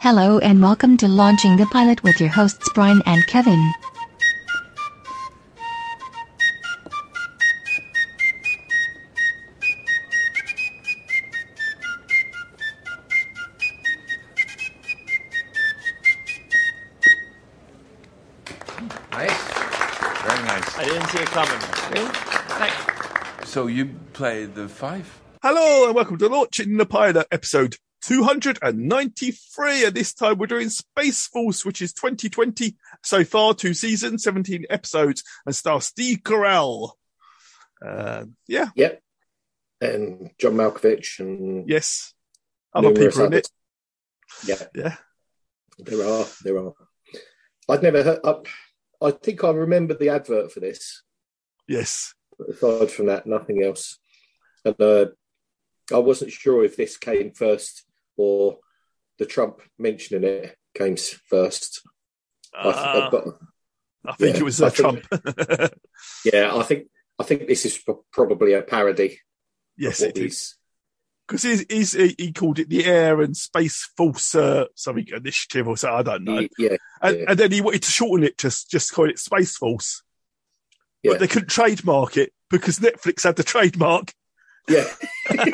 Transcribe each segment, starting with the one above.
Hello and welcome to Launching the Pilot with your hosts Brian and Kevin. Nice. Very nice. I didn't see it coming. So you play the five? Hello and welcome to Launching the Pilot episode 293. And this time we're doing Space Force, which is 2020 so far, two seasons, 17 episodes, and stars Steve Carell. Um yeah, Yep. And John Malkovich and yes. Other numerous people in it. others. Yeah. Yeah. There are. There are. I'd never heard. I, I think I remember the advert for this. Yes. but Aside from that, nothing else. And uh, I wasn't sure if this came first or the Trump mentioning it came s- first. I, th- Ah. Uh, I've got, I think yeah, it was uh, I Trump. think- yeah, I think I think this is pro- probably a parody. yes, of it what is. he's- Because he's, he's, he he called it the Air and Space Force uh, something initiative or something. I don't know. Yeah, And, yeah. and then he wanted to shorten it to s- just call it Space Force. Yeah. But they couldn't trademark it because Netflix had the trademark. Yeah. I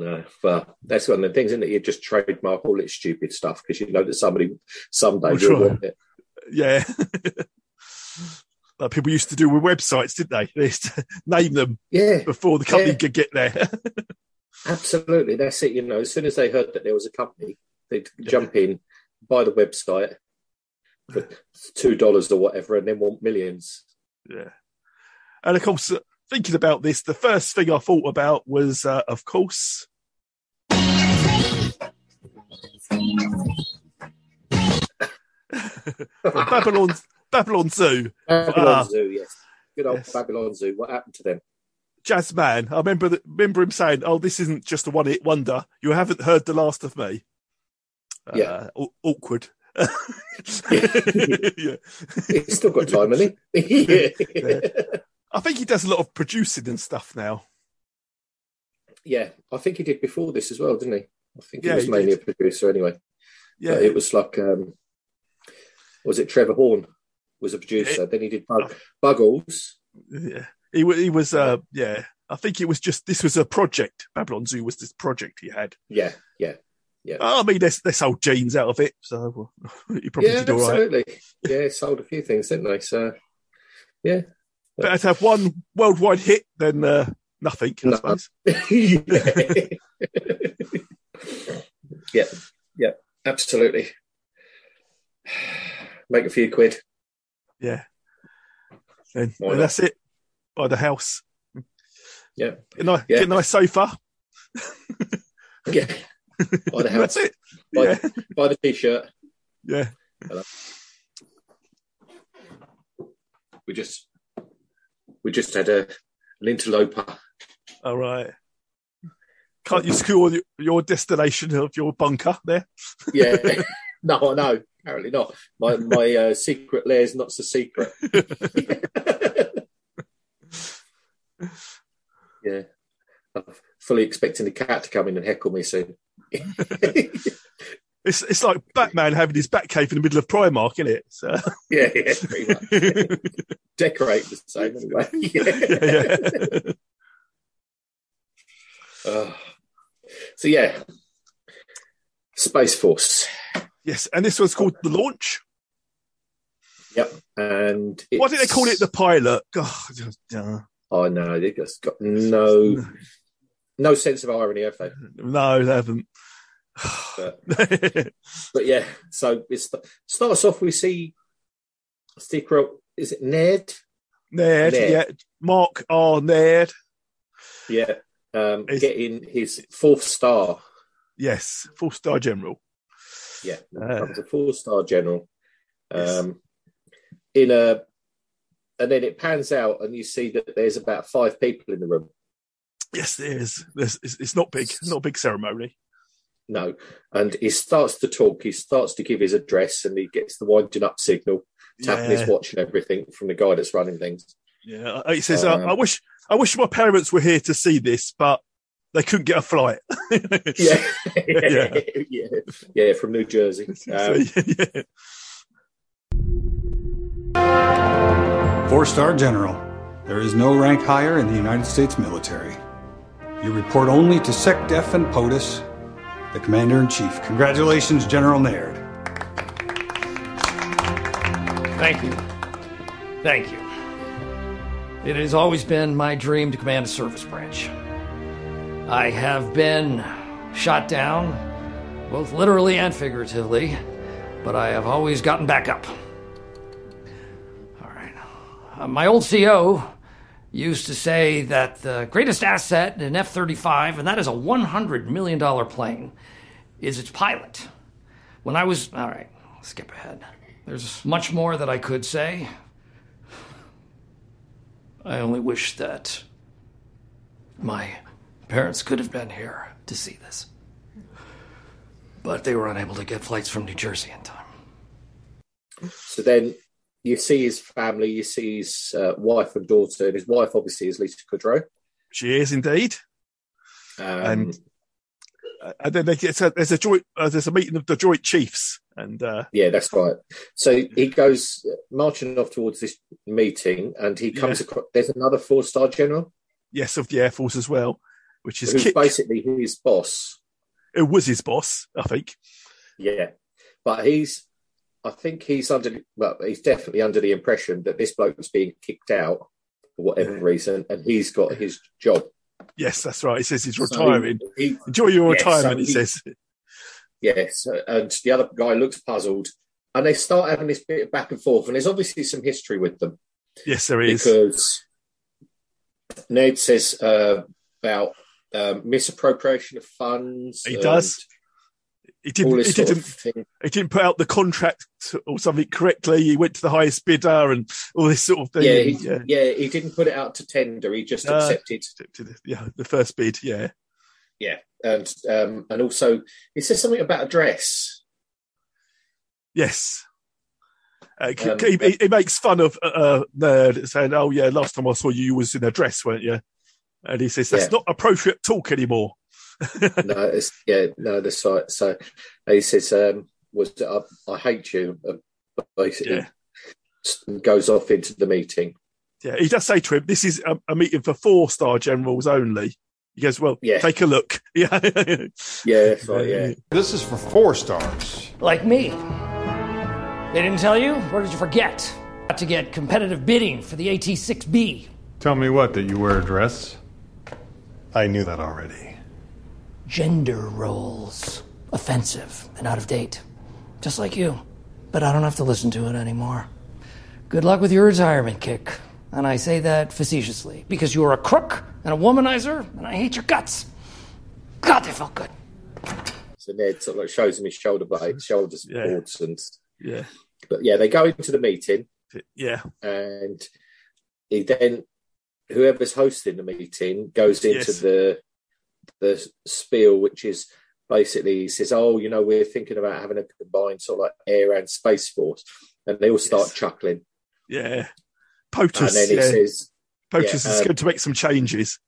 know. Well, that's one of the things, isn't it? You just trademark all its stupid stuff because you know that somebody someday We'll will try. want it. Yeah. like people used to do with websites, didn't they? They used to name them Yeah, before the company Yeah. could get there. absolutely. That's it. You know, as soon as they heard that there was a company, they'd jump in, buy the website for two dollars or whatever, and then want millions. yeah. And of course, uh, thinking about this, the first thing I thought about was, uh, of course, Babylon, Babylon Zoo, Babylon Ah. Zoo, yes. Good old Yes. Babylon Zoo. What happened to them? Jazz Man. I remember that, remember him saying, "Oh, this isn't just a one-hit wonder. You haven't heard the last of me." Yeah. uh, aw- awkward. yeah. It's still got time, hasn't it? yeah. I think he does a lot of producing and stuff now. Yeah, I think he did before this as well, didn't he? I think Yeah, he was he mainly did. a producer anyway. Yeah, But it was like, um, was it Trevor Horn was a producer? Then he did Bug- Buggles. yeah. He wa- he was uh yeah. I think it was just this was a project. Babylon Zoo was this project he had. Yeah, yeah, I mean, they they sold jeans out of it, so he probably yeah, did all right. absolutely. Yeah, sold a few things, didn't they? So Better to have one worldwide hit than uh, nothing, I No. suppose. yeah. yeah, yeah, absolutely. Make a few quid. Yeah. And, Why and not? that's it. By the house. Yeah. Get a nice, Yeah. get a nice sofa. Yeah, buy the house, That's it. Buy, Yeah. buy the t-shirt. Yeah. We just, we just had a an interloper. All right. Can't you secure your- your destination of your bunker there? Yeah. no, I know. Apparently not. My my uh, secret lair's not so secret. yeah. I'm fully expecting the cat to come in and heckle me soon. yeah, It's it's like Batman having his Batcave in the middle of Primark, isn't it? So, yeah, pretty much. Decorate the same anyway. yeah, Oh. so yeah. Space Force. yes, and this one's called the launch. And Why did they call it it's- the pilot? God, yeah. Oh no, they've just got no no sense of irony, have they? no, they haven't. But But yeah, so it starts off. We see Steve Carell. Is it Ned? Ned, Ned. yeah, Mark R. Ned, Yeah, um, Is- getting his fourth star. yes, full star general. Yeah, Uh. becomes a four star general. Yes. Um, In a, and then it pans out, and you see that there's about five people in the room. Yes, there is. There's, it's, it's not big, not a big ceremony. No, and he starts to talk. He starts to give his address, and he gets the winding up signal, tapping Yeah. his watch and everything from the guy that's running things. Yeah, it says, uh, Um, "I wish, I wish my parents were here to see this, but they couldn't get a flight. yeah. Yeah. yeah, yeah, from New Jersey. So, Um, yeah. Four star general. There is no rank higher in the United States military. You report only to SecDef and POTUS, the Commander in Chief. Congratulations, General Naird. Thank you. Thank you. It has always been my dream to command a service branch. I have been shot down, both literally and figuratively, but I have always gotten back up. All right. Uh, my old CO used to say that the greatest asset in an F 35, and that is a $100 million plane, is its pilot. When I was. All right, skip ahead. There's much more that I could say. I only wish that my parents could have been here to see this. But they were unable to get flights from New Jersey in time. so then you see his family, you see his uh, wife and daughter, and his wife obviously is Lisa Kudrow. She is indeed. Um, And- And then they get, so there's a joint, uh, there's a meeting of the Joint Chiefs, and uh, yeah, that's right. So he goes marching off towards this meeting, and he comes across. There's another four star general yes, of the Air Force as well, which is who's Kit. basically his boss. It was his boss, I think. Yeah, but he's. I think he's under. Well, he's definitely under the impression that this bloke was being kicked out for whatever Yeah. reason, and he's got his job. Yes, that's right. He says he's So retiring. he- Enjoy your Yeah, so retirement, he he- says. Yes, and the other guy looks puzzled, and they start having this bit of back and forth, and there's obviously some history with them Yes, there is. because Ned says uh, about um, misappropriation of funds. He and does. He all didn't. this He sort didn't. of thing. He didn't put out the contract or something correctly. He went to the highest bidder and all this sort of thing. Yeah, And, he, yeah. he didn't put it out to tender. He just No. accepted, to the, yeah, the first bid. Yeah, and um, and also he says something about a dress. yes. Uh, c- Um, c- he, he- he makes fun of uh, uh, nerd saying, "Oh yeah, last time I saw you, you was in a dress, weren't you?" And he says, "That's Yeah. not appropriate talk anymore." no, it's, yeah, no, that's right. So he says, um, "Was I, I hate you?" And basically, Yeah. goes off into the meeting. Yeah, he does say to him, "This is a, a meeting for four star generals only." He goes, "Well, Yeah. take a look." Yeah, Yeah, that's right. Yeah, This is for four stars. Like me. They didn't tell you? Or did you forget? Got to get competitive bidding for the AT 6B. Tell me what, that you wear a dress? I knew that already. Gender roles. Offensive and out of date. Just like you. But I don't have to listen to it anymore. Good luck with your retirement kick. And I say that facetiously because you are a crook and a womanizer, and I hate your guts. God, they felt good. so Ned sort of like shows him his shoulder blade, shoulder Yeah. boards, and yeah, but yeah, they go into the meeting, yeah. and he then whoever's hosting the meeting goes into Yes. the the spiel, which is basically he says, "Oh, you know, we're thinking about having a combined sort of like air and space force," and they all start Yes. chuckling. yeah. and POTUS, then he yeah. says, POTUS yeah, is um, going to make some changes.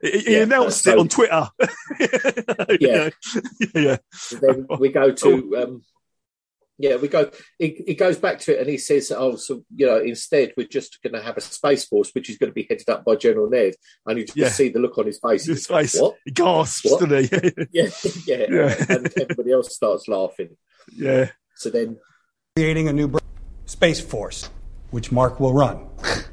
He, he yeah, announced uh, it so- on Twitter. Yeah. yeah, then we go to, um, yeah, we go. He, he goes back to it and he says, "Oh, so you know, instead we're just going to have a space force, which is going to be headed up by General Ned." And you just Yeah. see the look on his face. his face What? he gasps, What? doesn't he? Yeah, yeah. Yeah. and everybody else starts laughing. yeah, So then, Creating a new br- Space Force, which Mark will run.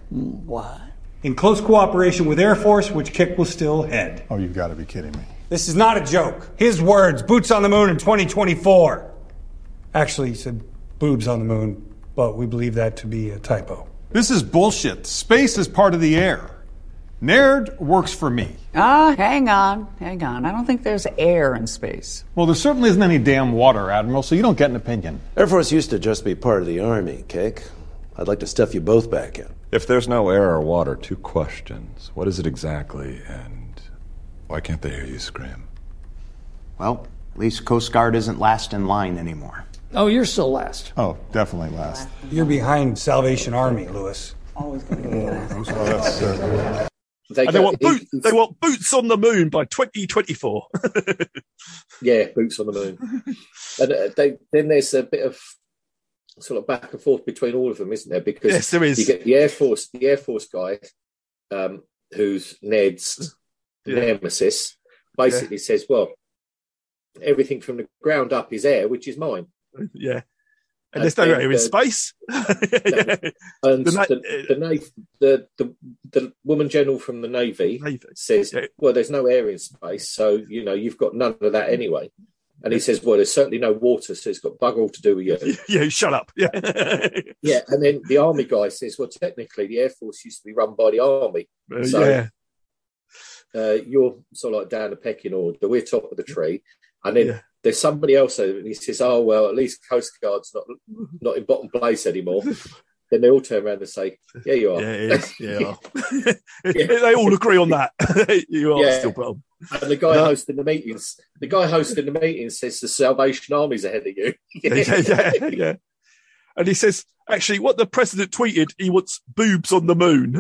What? In close cooperation with Air Force, which Kick will still head. Oh, you've got to be kidding me. This is not a joke. His words, boots on the moon in 2024. Actually, he said boobs on the moon, but we believe that to be a typo. This is bullshit. Space is part of the air. Nerd works for me. Ah, hang on, hang on. I don't think there's air in space. Well, there certainly isn't any damn water, Admiral, so you don't get an opinion. Air Force used to just be part of the Army, Cake. I'd like to stuff you both back in. If there's no air or water, two questions. What is it exactly, and why can't they hear you scream? Well, at least Coast Guard isn't last in line anymore. Oh, you're still last. Oh, definitely last. You're behind Salvation Army, Lewis. Oh, Always going to be that. Well, that's, uh, They and they go- want, boot, they want boots on the moon by 2024. Yeah, boots on the moon. and uh, they, then there's a bit of sort of back and forth between all of them, isn't there? Because Yes, there is. You get the Air Force, the Air Force guy, um, who's Ned's nemesis, basically says, "Well, everything from the ground up is air, which is mine." yeah. And there's no air in space. And the, The na- the, nav- the, the, the woman general from the Navy, says, Well, there's no air in space, so you know, you've got none of that anyway. And he says, Well, there's certainly no water, so it's got bug all to do with you. Yeah, shut up. Yeah. Uh, yeah. And then the army guy says, Well, technically, the Air Force used to be run by the army. Uh, so yeah. uh, you're sort of like down the pecking order, we're top of the tree. And then Yeah. there's somebody else over, and he says, Oh, well, at least Coast Guard's not, not in bottom place anymore. then they all turn around and say, Yeah, you are. Yeah, it is. Yeah, you are. they all agree on that. you are Yeah. still bottom. And the guy No. hosting the meetings, the guy hosting the meeting says the Salvation Army's ahead of you. Yeah, yeah, yeah, yeah. And he says, actually, what the president tweeted, he wants boobs on the moon.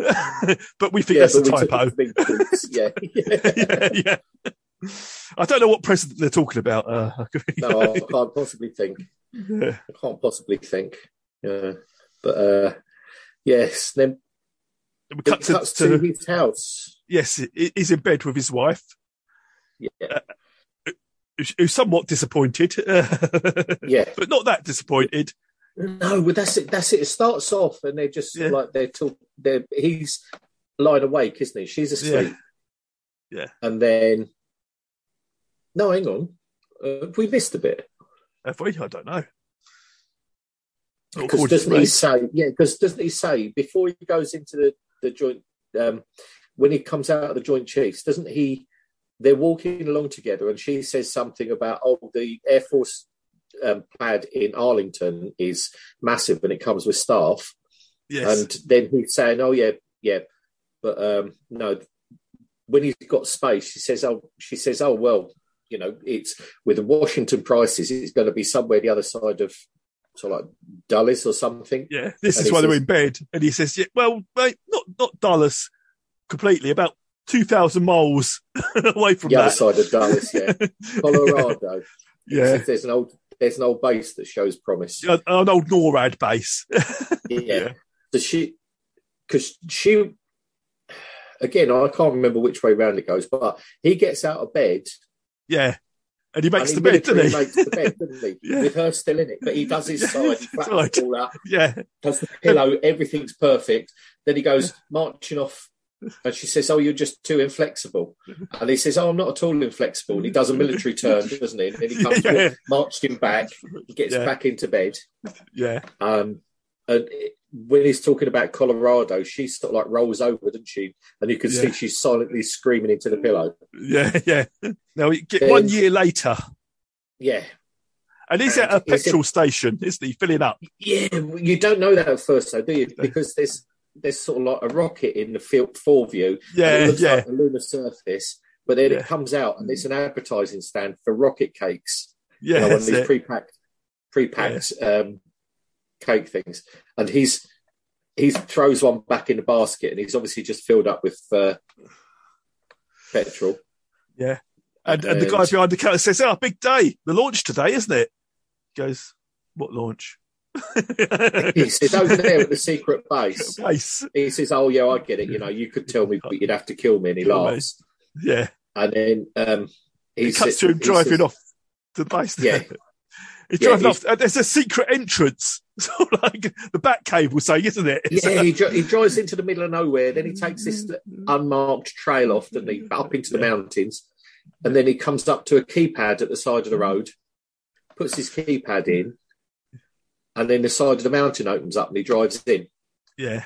but we think Yeah, that's a but we took typo. the big boots, yeah. yeah, yeah. I don't know what president they're talking about. Uh, No, I can't possibly think. Yeah. I can't possibly think. Yeah. But uh, yes, then it cuts, to- to, to- his house. yes, he- he's in bed with his wife. Uh, Yeah. who's- Who's somewhat disappointed, yeah, but not that disappointed. No, but that's it. That's it. It starts off, and they're just like they're talk. They're he's lying awake, isn't he? She's asleep. Yeah. And then, no, hang on, uh, we missed a bit. Have we? I don't know. Or Because gorgeous doesn't he race. say? Yeah, because doesn't he say before he goes into the the joint um, when he comes out of the joint chiefs? Doesn't he? They're walking along together, and she says something about oh, the air force um, pad in Arlington is massive, and it comes with staff. Yes. And then he's saying, oh yeah, yeah, but um, no. When he's got space, she says, oh, she says, oh well, you know, it's with the Washington prices, it's going to be somewhere the other side of sort of like Dulles or something. Yeah, this And is he why they're says- in bed. And he says, yeah, well, mate, not, not Dallas completely, about 2,000 miles away from the that. other side of Dallas, yeah, Colorado. Yeah. Says there's an old there's an old base that shows promise. An an old NORAD base. Yeah, so she because she again, I can't remember which way round it goes, but he gets out of bed. Yeah. And he makes and the bed, literally doesn't he? makes the bed, doesn't he? Yeah. With her still in it, but he does his side, he flaps Right. it all out, yeah. does the pillow, everything's perfect. Then he goes marching off. And she says, "Oh, you're just too inflexible." And he says, "Oh, I'm not at all inflexible." And he does a military turn, doesn't he? And then he comes Yeah. walk- marching back, he gets Yeah. back into bed. Yeah. Um, and it- when he's talking about Colorado, she sort of like rolls over, doesn't she? And you can Yeah. see she's silently screaming into the pillow. Yeah. Yeah. Now, we get Then- one year later, Yeah, and he's at a And he said- petrol station, isn't he? Filling up. Yeah, well, you don't know that at first, though, do you? Because there's there's sort of like a rocket in the field for view. and Yeah, it looks yeah. like a lunar surface, but then Yeah. it comes out and it's an advertising stand for rocket cakes. you Yeah, know, one of that's these it. pre-packed pre-packed um, cake things, and he's he throws one back in the basket, and he's obviously just filled up with uh, petrol. Yeah. And, and the And- guy behind the counter says, oh, big day. The launch today, isn't it? He goes, what launch? He says over there at the secret base. Base. He says, "Oh yeah, I get it. You know, you could tell me, but you'd have to kill me." And he Kill me. laughs. Yeah. And then um, he It cuts said- to him he driving says- off to the base. Yeah. He's Yeah, driving he- off. and There's a secret entrance. So like the back cave will say, isn't it? Yeah, he, dri- he drives into the middle of nowhere. Then he takes this unmarked trail off, doesn't he, up into the mountains, and then he comes up to a keypad at the side of the road, puts his keypad in, and then the side of the mountain opens up and he drives in. Yeah.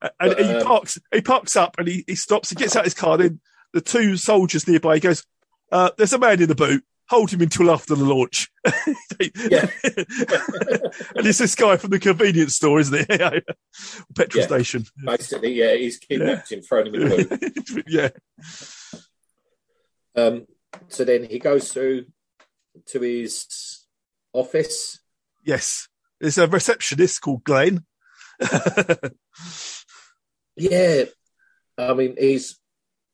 And But, he um, parks. He parks up and he, he stops. He gets out his car. Then the two soldiers nearby. He goes, uh, "There's a man in the boot. Hold him until after the launch." yeah. and it's this guy from the convenience store, isn't it? Petrol Yeah. station. Basically, yeah, he's kidnapped him, thrown him in the boot. yeah. Um, so then he goes through to his office. Yes. There's a receptionist called Glenn. Yeah, I mean he's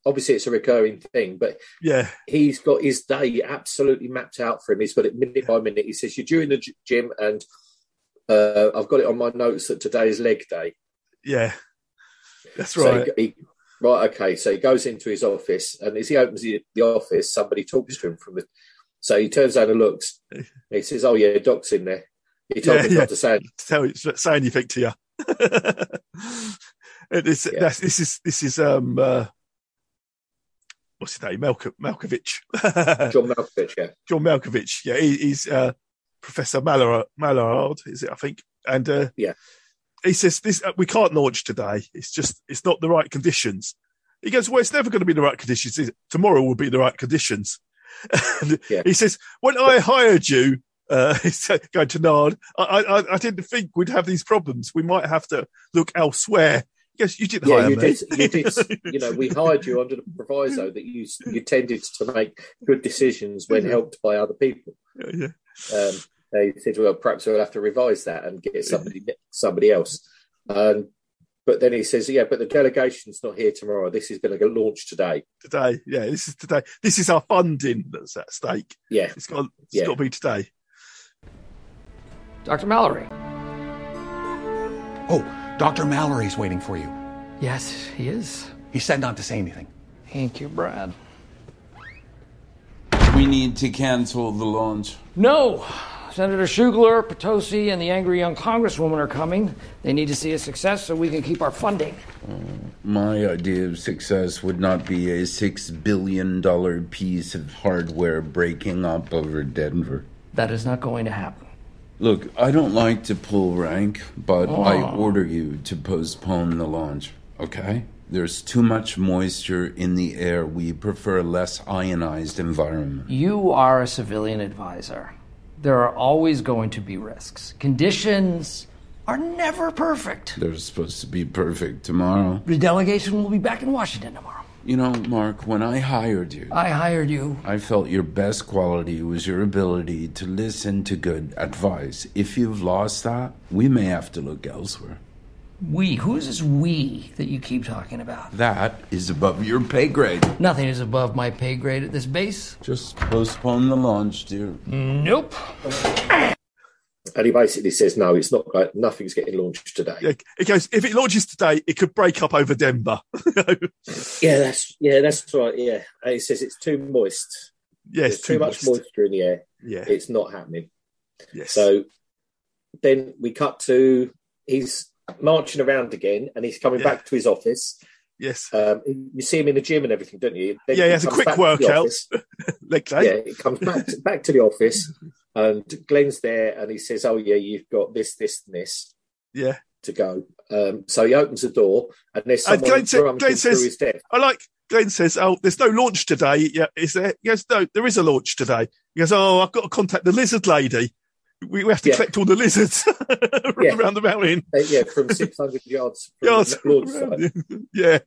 obviously it's a recurring thing, but yeah, he's got his day absolutely mapped out for him. He's got it minute by minute. He says, "You're due in the gy- gym," and uh, I've got it on my notes that today is leg day. Yeah. That's So right. he, he- right. Okay. So he goes into his office, and as he opens the, the office, somebody talks to him from the. So he turns around and looks. and He says, "Oh yeah, Doc's in there." He told Yeah, me yeah. not to say. it. tell you, say anything to you. And this, that's, this is this is um uh, what's his name? Malko- Malkovich. John Malkovich. Yeah. John Malkovich. Yeah, he, he's uh, Professor Mallard. Mallard is it? I think. And uh, yeah, he says this: uh, we can't launch today. It's just it's not the right conditions. He goes, well, it's never going to be the right conditions. is it? Tomorrow will be the right conditions. And He says, when I hired you, uh, he's going to Nard, I, I, I didn't think we'd have these problems. We might have to look elsewhere. He goes, you did Yeah, hire you me. did. You did. You know, we hired you under the proviso that you you tended to make good decisions when helped by other people. yeah. Um, they said, "Well, perhaps we'll have to revise that and get somebody somebody else." Um, but then he says, "Yeah, but the delegation's not here tomorrow. This is going to get launched today." Today, yeah, this is today. This is our funding that's at stake. Yeah, it's got, it's Yeah. got to be today. Dr. Mallory. Oh, Dr. Mallory's waiting for you. Yes, he is. He said not to say anything. Thank you, Brad. We need to cancel the launch. No! Senator Shugler, Potosi, and the angry young congresswoman are coming. They need to see a success so we can keep our funding. My idea of success would not be a six billion dollar piece of hardware breaking up over Denver. That is not going to happen. Look, I don't like to pull rank, but I Oh. order you to postpone the launch, okay? There's too much moisture in the air. We prefer less ionized environment. You are a civilian advisor. There are always going to be risks. Conditions are never perfect. They're supposed to be perfect tomorrow. The delegation will be back in Washington tomorrow. You know, Mark, when I hired you, I hired you. I felt your best quality was your ability to listen to good advice. If you've lost that, we may have to look elsewhere. We. Who is this we that you keep talking about? That is above your pay grade. Nothing is above my pay grade at this base. Just postpone the launch, dear. Nope. And he basically says, "No, it's not. Like, nothing's getting launched today." Yeah, it goes. If it launches today, it could break up over Denver. Yeah, that's yeah, that's right. Yeah, and he says it's too moist. Yeah, it's There's too, too much moist. moisture in the air. Yeah. it's not happening. Yes. So then we cut to he's marching around again, and he's coming back to his office. Yes. Um, you see him in the gym and everything, don't you? Then yeah, he has a comes quick back to the workout. office. Leg day. Yeah, he comes back to, back to the office, and Glenn's there, and he says, "Oh yeah, you've got this, this, and this Yeah. to go." Um, so he opens the door, and there's And someone Glenn, sa- rummaging Glenn through his says, desk. I like, Glenn says, oh, there's no launch today. Yeah, is there? He goes, no, there is a launch today. He goes, oh, I've got to contact the lizard lady. We, we have to Yeah. collect all the lizards around the mountain. Uh, yeah, from 600 yards. From Yards. the launch site. yeah.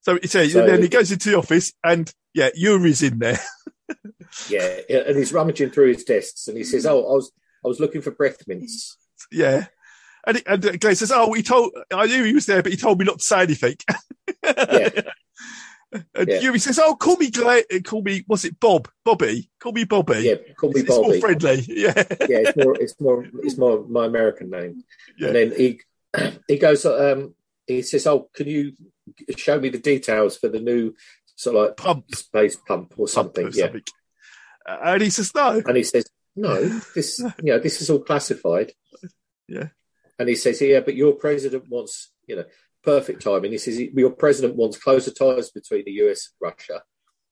So, he says- So- then he goes into the office and, yeah, Yuri's in there. Yeah, and he's rummaging through his desks, and he says, "Oh, I was I was looking for breath mints." yeah. And, he, and uh, Glenn says, oh, he told, I knew he was there, but he told me not to say anything. And Yeah. Yuri says, "Oh, call me, Gla- uh, call me. What's it, Bob? Bobby? Call me Bobby. Yeah, call me it's, Bobby. It's more friendly. Yeah, yeah, it's more, it's more, it's more my American name. And then he he goes, um, he says, "Oh, can you show me the details for the new sort of like pump Uh, space pump or something?" yeah. And he says no. And he says, "No, this you know this is all classified." Yeah. And he says, "Yeah, but your president wants you know perfect timing." He says, "Your president wants closer ties between the US and Russia."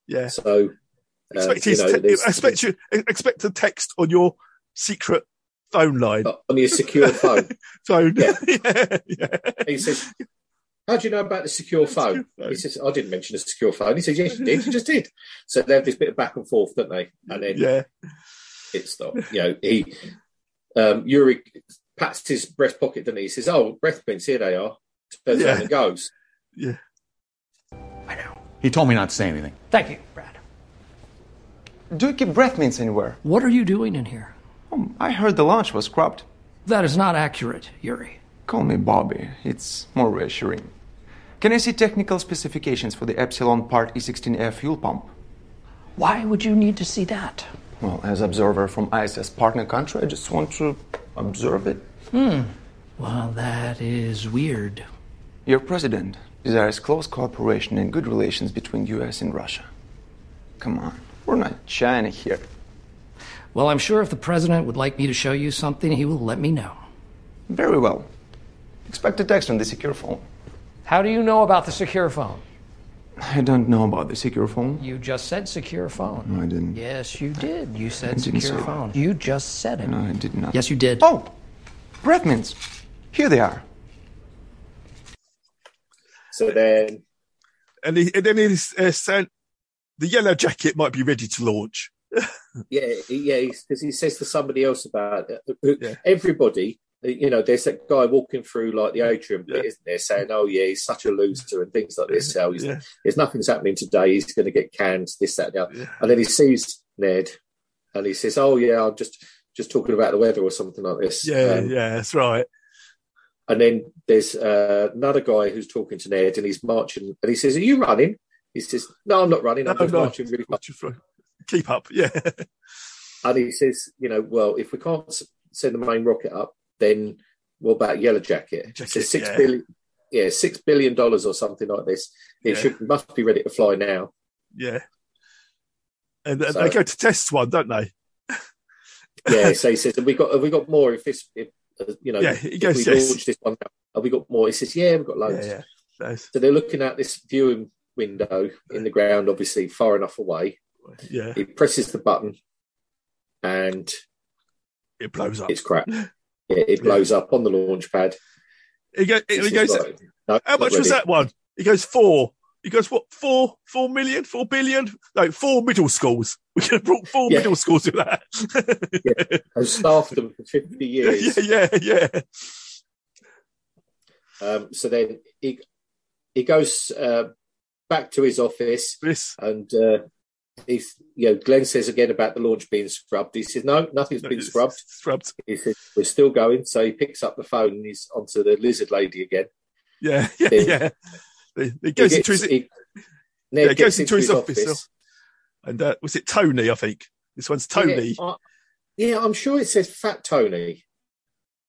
yeah. So. uh, expect, you his know, te- there's- expect you expect a text on your secret phone line on your secure phone. phone. Yeah. He says, How do you know about the secure phone? He says, I didn't mention a secure phone. He says, Yes, you did. You just did. So they have this bit of back and forth, don't they? And then Yeah. it stopped. You know, he, um, Yuri pats his breast pocket, doesn't he? He says, Oh, breath pins, here they are. Turns Yeah. around and goes. He told me not to say anything. Thank you, Brad. Do you keep breath mints anywhere? What are you doing in here? Um, I heard the launch was cropped. That is not accurate, Yuri. Call me Bobby. It's more reassuring. Can I see technical specifications for the Epsilon Part E16F fuel pump? Why would you need to see that? Well, as observer from ISS partner country, I just want to observe it. Hmm. Well, that is weird. Your president desires close cooperation and good relations between US and Russia. Come on, we're not China here. Well, I'm sure if the president would like me to show you something, he will let me know. Very well. Expect a text on the secure phone. How do you know about the secure phone? I don't know about the secure phone. You just said secure phone. No, I didn't. Yes, you did. You I said didn't secure say that. phone. You just said it. No, I did not. Yes, you did. Oh, Bretmans. Here they are. So then, and, he, and then he's uh, saying the yellow jacket might be ready to launch. yeah, he- yeah, because he says to somebody else about it. who- Everybody, you know, there's that guy walking through like the atrium, bit, isn't there, saying, "Oh yeah, he's such a loser" and things like this. So Oh, he's, there's nothing's happening today. He's going to get canned. This, that, and the other. And then he sees Ned, and he says, "Oh yeah, I'm just just talking about the weather or something like this." Yeah, Um, yeah, that's right. And then there's uh, another guy who's talking to Ned, and he's marching, and he says, "Are you running?" He says, "No, I'm not running. I'm No, just no. marching really fast." Keep up, yeah. And he says, "You know, well, if we can't s- send the main rocket up, then what about Yellow Jacket?" He says six yeah. billion, yeah. six billion dollars or something like this. It Yeah. should must be ready to fly now. Yeah. And uh, So- they go to test one, don't they? Yeah. so he says, "Have we got? Have we got more? If this, if, uh, you know, Yeah, he if goes, we "Yes." launch this one, now, have we got more?" He says, "Yeah, we've got loads." Yeah, So they're looking out this viewing window in the ground, obviously far enough away. Yeah. He presses the button, and it blows up. It's crap. Yeah, it blows up on the launch pad. He, go, This he is goes, right. No, How not much was ready. that one? He goes, Four. He goes, What, four? Four million? Four billion? No, four middle schools. We could have brought four middle schools to that. I've staffed them for fifty years. yeah, yeah, yeah. Um, so then he he goes uh, back to his office, and uh, he's you know Glenn says again about the launch being scrubbed. He says no, nothing's been scrubbed. Scrubbed. He says we're still going. So he picks up the phone and he's onto the lizard lady again. Yeah, yeah, Then- yeah. He, he goes into his, he- yeah, Ned he gets goes into his, office. And uh, was it Tony, I think? This one's Tony. Yeah, I, yeah, I'm sure it says Fat Tony.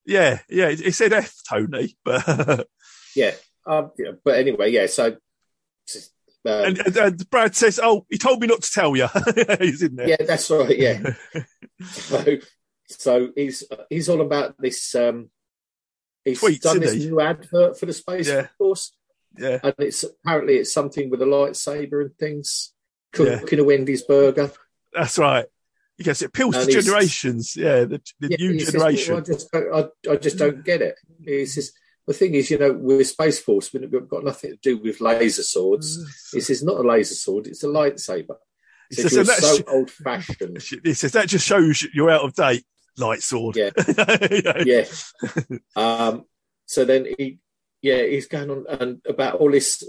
Yeah, yeah. It it said F Tony, but Yeah. Um, yeah, but anyway, yeah. So um, and, and, and Brad says, "Oh, he told me not to tell you." He's in there. Yeah, that's right. Yeah. so, so he's he's all about this. Um, he's Tweets, done isn't this he? new advert for the Space Force. Yeah. And it's apparently it's something with a lightsaber and things. Cooking a Wendy's burger. That's right. He goes, "It appeals And to he's- generations." Yeah, the, the Yeah, new he says, generation. "Well, I just don't, I, I just don't get it. He says the thing is, you know, we're Space Force. We've got nothing to do with laser swords. He says not a laser sword. It's a lightsaber. He He says, says, you're "And that's- so old fashioned. he says that just shows you're out of date, light sword. Yeah, yeah. Um, so then he, yeah, he's going on and about all this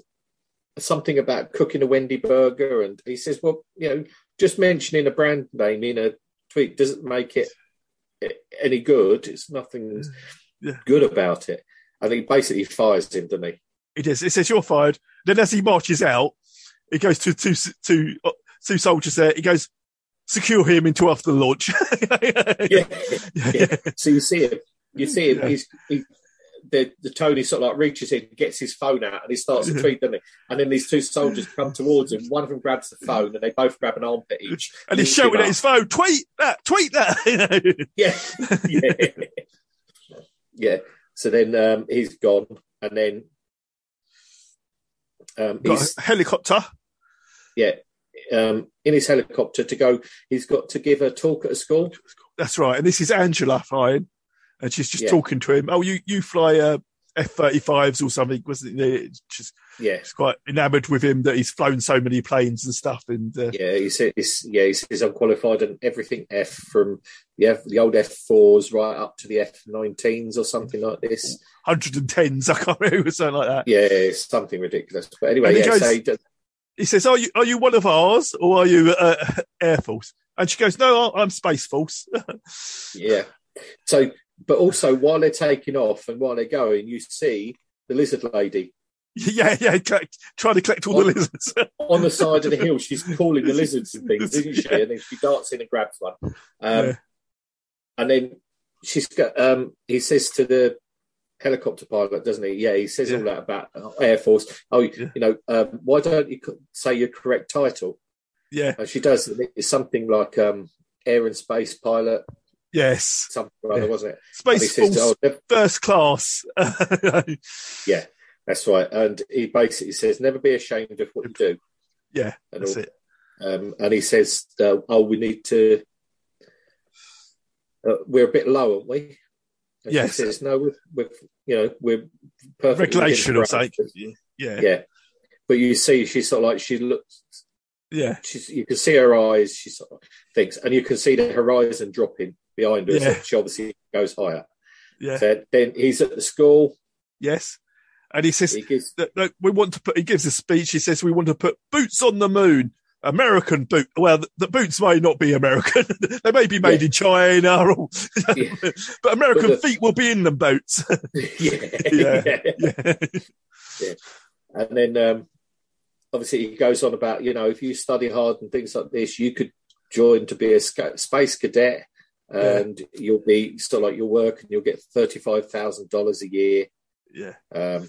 something about cooking a Wendy burger, and he says, well, you know, just mentioning a brand name in a tweet doesn't make it any good. It's nothing good about it, and he basically fires him, doesn't he? It is. It says you're fired. Then as he marches out, he goes to two two uh, two soldiers there. He goes, "Secure him until after the launch." yeah. yeah. So you see him. You see him. Yeah. He's he, the the Tony sort of like reaches in, gets his phone out, and he starts to tweet, doesn't he? And then these two soldiers come towards him. One of them grabs the phone, and they both grab an armpit each. and he's shouting at his phone, "Tweet that! Tweet that!" yeah, yeah, yeah. So then um, he's gone, and then um, he's Got a helicopter. yeah um, in his helicopter to go. He's got to give a talk at a school. That's right. And this is Angela flying, and she's just Yeah. talking to him. Oh, you you fly uh, F thirty fives or something, wasn't it? It's just Yeah. she's quite enamoured with him that he's flown so many planes and stuff. And uh, Yeah, he says, yeah, he says I'm qualified in everything F from the F, the old F4s right up to the F19s or something like this. hundred and tens, I can't remember something like that. Yeah, it's something ridiculous. But anyway, And yeah, he goes- so he does, He says, "Are you are you one of ours or are you uh, Air Force?" And she goes, "No, I- I'm Space Force." yeah. So, but also while they're taking off and while they're going, you see the lizard lady Yeah, yeah, collect, trying to collect all the lizards. on the side of the hill, she's calling the lizards and things, isn't she? And then she darts in and grabs one. Um, Yeah. And then she's got. Um, he says to the helicopter pilot, doesn't he? Yeah, he says all that about Air Force. Oh, you, you know, um, why don't you co- say your correct title? Yeah. and she does. and It's something like um, Air and Space Pilot. Yes, something or other, Yeah. wasn't it? And he Space says to- Force, oh, first class. yeah, that's right. And he basically says, "Never be ashamed of what you do." yeah, and that's all. it. Um, and he says, uh, "Oh, we need to. Uh, we're a bit low, aren't we?" And Yes. She says, "No, we've, we've you know we're perfectly within Regulation or something. parameters." Yeah. yeah. But you see, she's sort of like she looks. Yeah. She's you can see her eyes. She sort of thinks, and you can see the horizon dropping behind her. So Yeah. she obviously goes higher. Yeah. So then he's at the school. Yes. And he says, gives, that, that we want to put, he gives a speech. He says, we want to put boots on the moon. American boot. Well, the, the boots may not be American. they may be made in China, or, but American But the- feet will be in them boats. yeah. Yeah. yeah. And then um, obviously he goes on about, you know, if you study hard and things like this, you could join to be a sca- space cadet and you'll be sort of like your work and you'll get $35,000 a year. yeah. Um,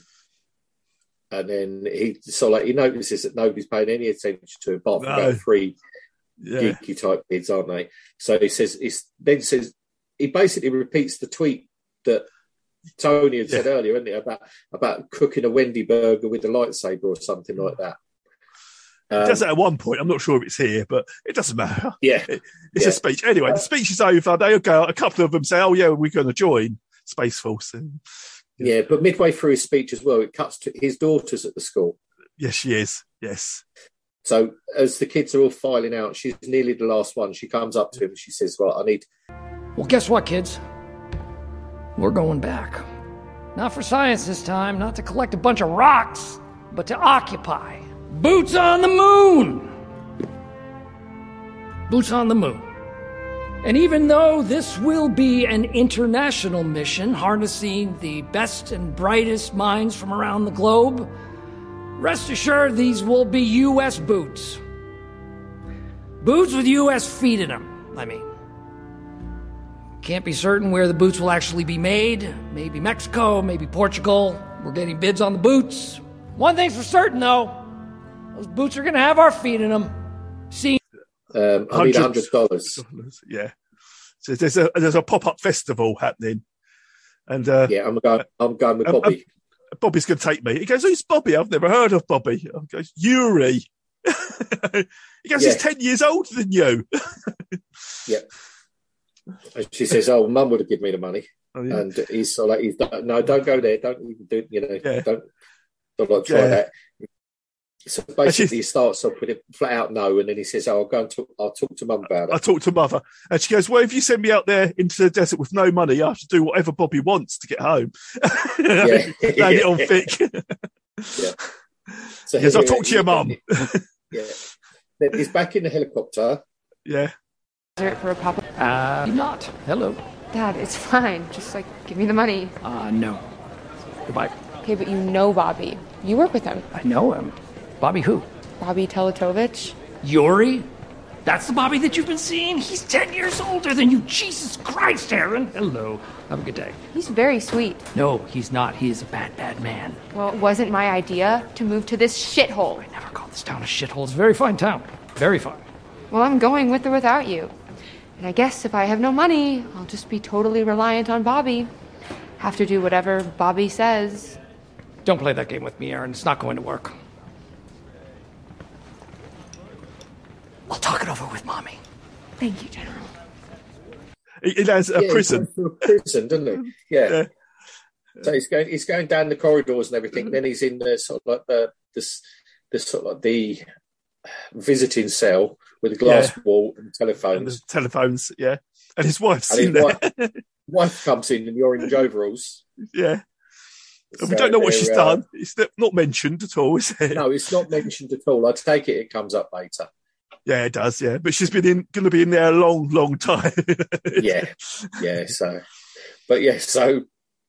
and then he so like he notices that nobody's paying any attention to him, apart from No. about three Yeah. geeky type kids, aren't they? So he says, it's, then says he basically repeats the tweet that Tony had said earlier, isn't it, about about cooking a Wendy burger with a lightsaber or something like that. He does Um, that at one point. I'm not sure if it's here, but it doesn't matter. Yeah. It- it's Yeah. a speech. Anyway, the speech is over. They go, a couple of them say, oh, yeah, we're going to join Space Force. And yeah, but midway through his speech as well, it cuts to his daughter's at the school. yes, she is. Yes. So as the kids are all filing out, she's nearly the last one. She comes up to him and she says, Well, I need Well, guess what, kids? We're going back. Not for science this time, not to collect a bunch of rocks, but to occupy. Boots on the moon! Boots on the moon. And even though this will be an international mission harnessing the best and brightest minds from around the globe, rest assured these will be U.S. boots. Boots with U.S. feet in them, I mean. Can't be certain where the boots will actually be made. Maybe Mexico, maybe Portugal. We're getting bids on the boots. One thing's for certain, though those boots are going to have our feet in them. See? um I need Hundred- hundred dollars. Yeah. So there's a there's a pop up festival happening, and uh, yeah, I'm going. I'm going Um, with Bobby. Bobby's going to take me. He goes, "Who's Bobby? I've never heard of Bobby." I goes, "Yuri." he goes, Yeah. "He's ten years older than you." Yeah. And she says, "Oh, Mum would have given me the money." Oh, yeah. And he's sort of like, he's like, "No, don't go there. Don't even do. You know, don't don't like try Yeah. that." So basically, he starts off with a flat out no, and then he says, "Oh, I'll go and talk. I'll talk to Mum about it." I talked to mother, and she goes, "Well, if you send me out there into the desert with no money, I have to do whatever Bobby wants to get home." Yeah. Laying it on thick. So yes, I'll anyway, talk to your he- mum. Yeah. Then he's back in the helicopter. Yeah. Desert for a pop. Uh, not. Hello. Dad, it's fine. Just like give me the money. Uh, no. Goodbye. Okay, but you know Bobby. You work with him. I know him. Bobby who? Bobby Teletovich. Yuri? That's the Bobby that you've been seeing? He's 10 years older than you. Jesus Christ, Aaron. Hello. Have a good day. He's very sweet. No, he's not. He is a bad, bad man. Well, it wasn't my idea to move to this shithole. This town is shithole. It's a very fine town. Very fine. Well, I'm going with or without you. And I guess if I have no money, I'll just be totally reliant on Bobby. Have to do whatever Bobby says. Don't play that game with me, Aaron. It's not going to work. I'll talk it over with mommy. Thank you, General. It, it has Yeah, a he prison. goes to a prison, doesn't he? Yeah. So he's going, he's going down the corridors and everything. Then he's in the sort of like the this, this sort of like the visiting cell with a glass Yeah. wall and telephones. The telephones, yeah. And his wife's And in his there. wife, wife comes in in the orange overalls. Yeah. And So we don't know what she's they're, uh, done. It's not- not mentioned at all, is it? No, it's not mentioned at all. I take it it comes up later. Yeah, it does. Yeah, but she's been in, going to be in there a long, long time. Yeah, yeah. So, but yeah, so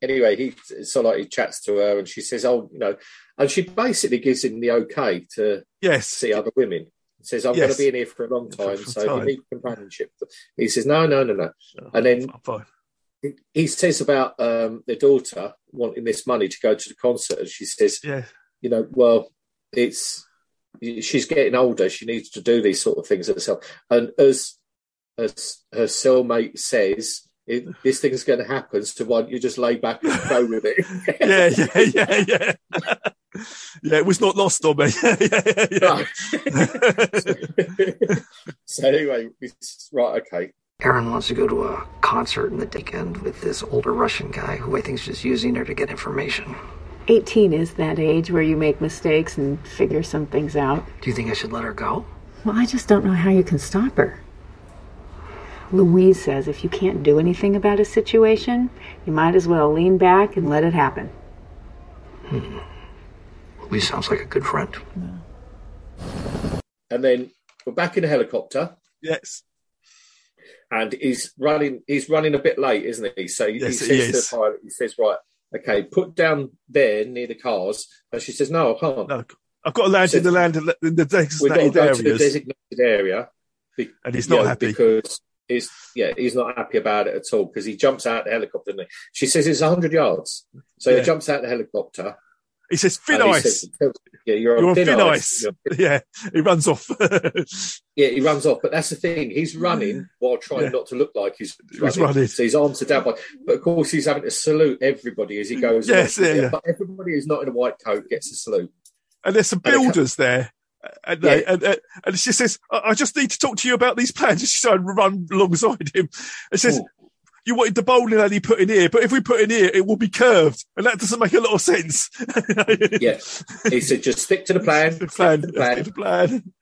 anyway, he so like he chats to her, and she says, "Oh, you know," and she basically gives him the okay to yes. see other women. Says, "I'm Yes. going to be in here for a long time, so time. you need companionship." He says, "No, no, no, no," Oh, and then he- he says about um, their daughter wanting this money to go to the concert, and she says, Yeah. you know, well, it's she's getting older. She needs to do these sort of things herself. And as as her cellmate says, it, this thing's going to happen. So why don't you just lay back and go with it? yeah, yeah, yeah, yeah. yeah, it was not lost on me. yeah, yeah, yeah. so anyway, it's right. Okay, Aaron wants to go to a concert in the weekend with this older Russian guy who I think is just using her to get information. 18 is that age where you make mistakes and figure some things out. Do you think I should let her go? Well, I just don't know how you can stop her. Louise says if you can't do anything about a situation, you might as well lean back and let it happen. Hmm. Lee sounds like a good friend. and then we're back in a helicopter. Yes. And he's running. He's running a bit late, isn't he? So he- Yes, he he says to is. the pilot, he says, "Right, okay, put down there near the cars." And she says, "No, I can't. I've got to land So- in the land in the We've got to designated go to the areas. designated area. be- And he's you not know, happy. because he's yeah he's not happy about it at all because he jumps out the helicopter. doesn't he? She says it's hundred yards, so Yeah. he jumps out the helicopter. He says thin and Oh, he ice. says, yeah, you're, You're on thin, ice. Yeah, he runs off. Yeah, he runs off, but that's the thing. He's running while trying Mm. Yeah. not to look like he's running. He's running. So his arms are down, by, but of course he's having to salute everybody as he goes. Yes, along. yeah, yeah. But everybody who's not in a white coat gets a salute. and there's some builders there. uh, And, they, Yeah. and, and, and she says, I, I just need to talk to you about these plans. And she started to run alongside him. And says, You wanted the bowling alley put in here, but if we put in here, it will be curved. And that doesn't make a lot of sense. yeah. He said, just stick to the plan. Stick plan. to the plan.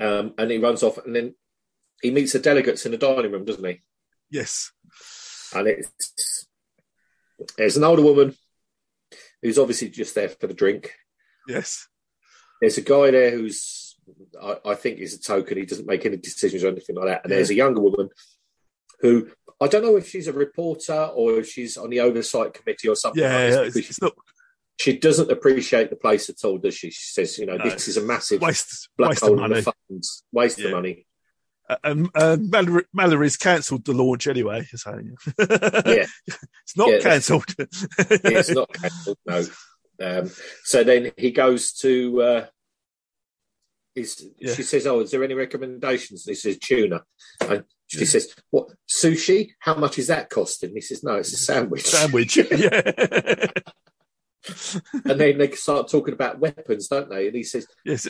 Um, and he runs off, and then he meets the delegates in the dining room, doesn't he? Yes. And it's there's an older woman who's obviously just there for the drink. Yes. There's a guy there who's I, I think is a token. He doesn't make any decisions or anything like that. And there's a Yeah. younger woman who I don't know if she's a reporter or if she's on the oversight committee or something. Yeah, like this, yeah, it's- because it's not- She doesn't appreciate the place at all, does she? She says, you know, No, this is a massive waste- black waste of hole in the money. funds, waste of money. Uh, Um, uh, Mallory, Mallory's cancelled the launch anyway. So Yeah. it's not Yeah, that's- cancelled. it's not cancelled, no. Um, so then he goes to. Uh, he's, Yeah. She says, "Oh, is there any recommendations?" And he says, "Tuna," and she says, "What sushi? How much is that costing?" And he says, "No, it's a sandwich." Sandwich, yeah. and then they start talking about weapons, don't they? And he says, "Yes."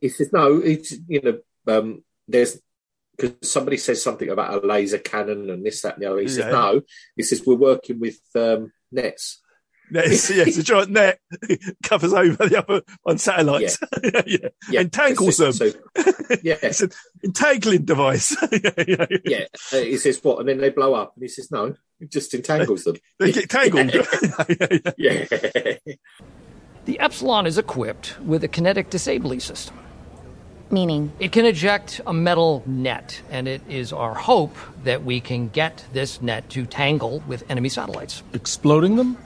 He says, "No, it's you know, um, there's." Because somebody says something about a laser cannon and this, that, and the other. He says, Yeah. No. He says, We're working with um, nets. Yes, yes, a giant net covers over the other on satellites. Yeah. Entangles them. yeah. It's an entangling device. yeah, yeah. yeah, uh, he says what, and then they blow up, and he says no, it just entangles them. They get tangled. yeah, The Epsilon is equipped with a kinetic disabling system. Meaning? It can eject a metal net, and it is our hope that we can get this net to tangle with enemy satellites. Exploding them?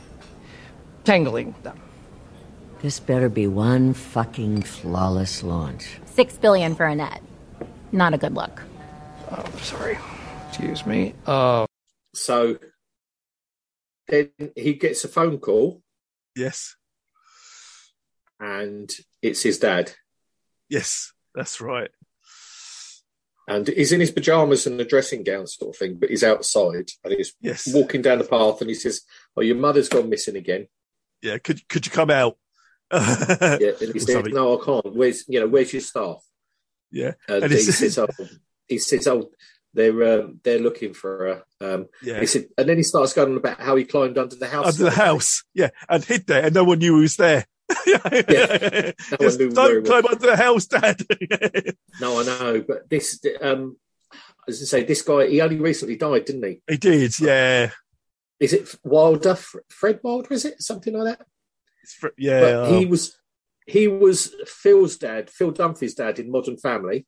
Tangling them. This better be one fucking flawless launch. Six billion for a net. Not a good look. Oh, sorry. Excuse me. Uh, So then he gets a phone call, Yes, and it's his dad, yes, that's right. and he's in his pajamas and a dressing gown sort of thing, but he's outside and he's walking down the path, and he says, "Oh, your mother's gone missing again." Yeah, could could you come out? yeah, and he Or says, something. "No, I can't. Where's you know, where's your staff?" Yeah, And, And he it's- says, "Oh, he says, oh, they're um, they're looking for her." Um, Yeah. He said, and then he starts going on about how he climbed under the house. Under the house, yeah, and hid there, and no one knew he was there. Just knew where he don't was. climb under the house, Dad. No, I know, but this, um, as I say, this guy, he only recently died, didn't he? he did, yeah, Is it Wilder, F- Fred Wilder? Is it something like that? It's fr- yeah. But he oh, was, he was Phil's dad, Phil Dunphy's dad in Modern Family,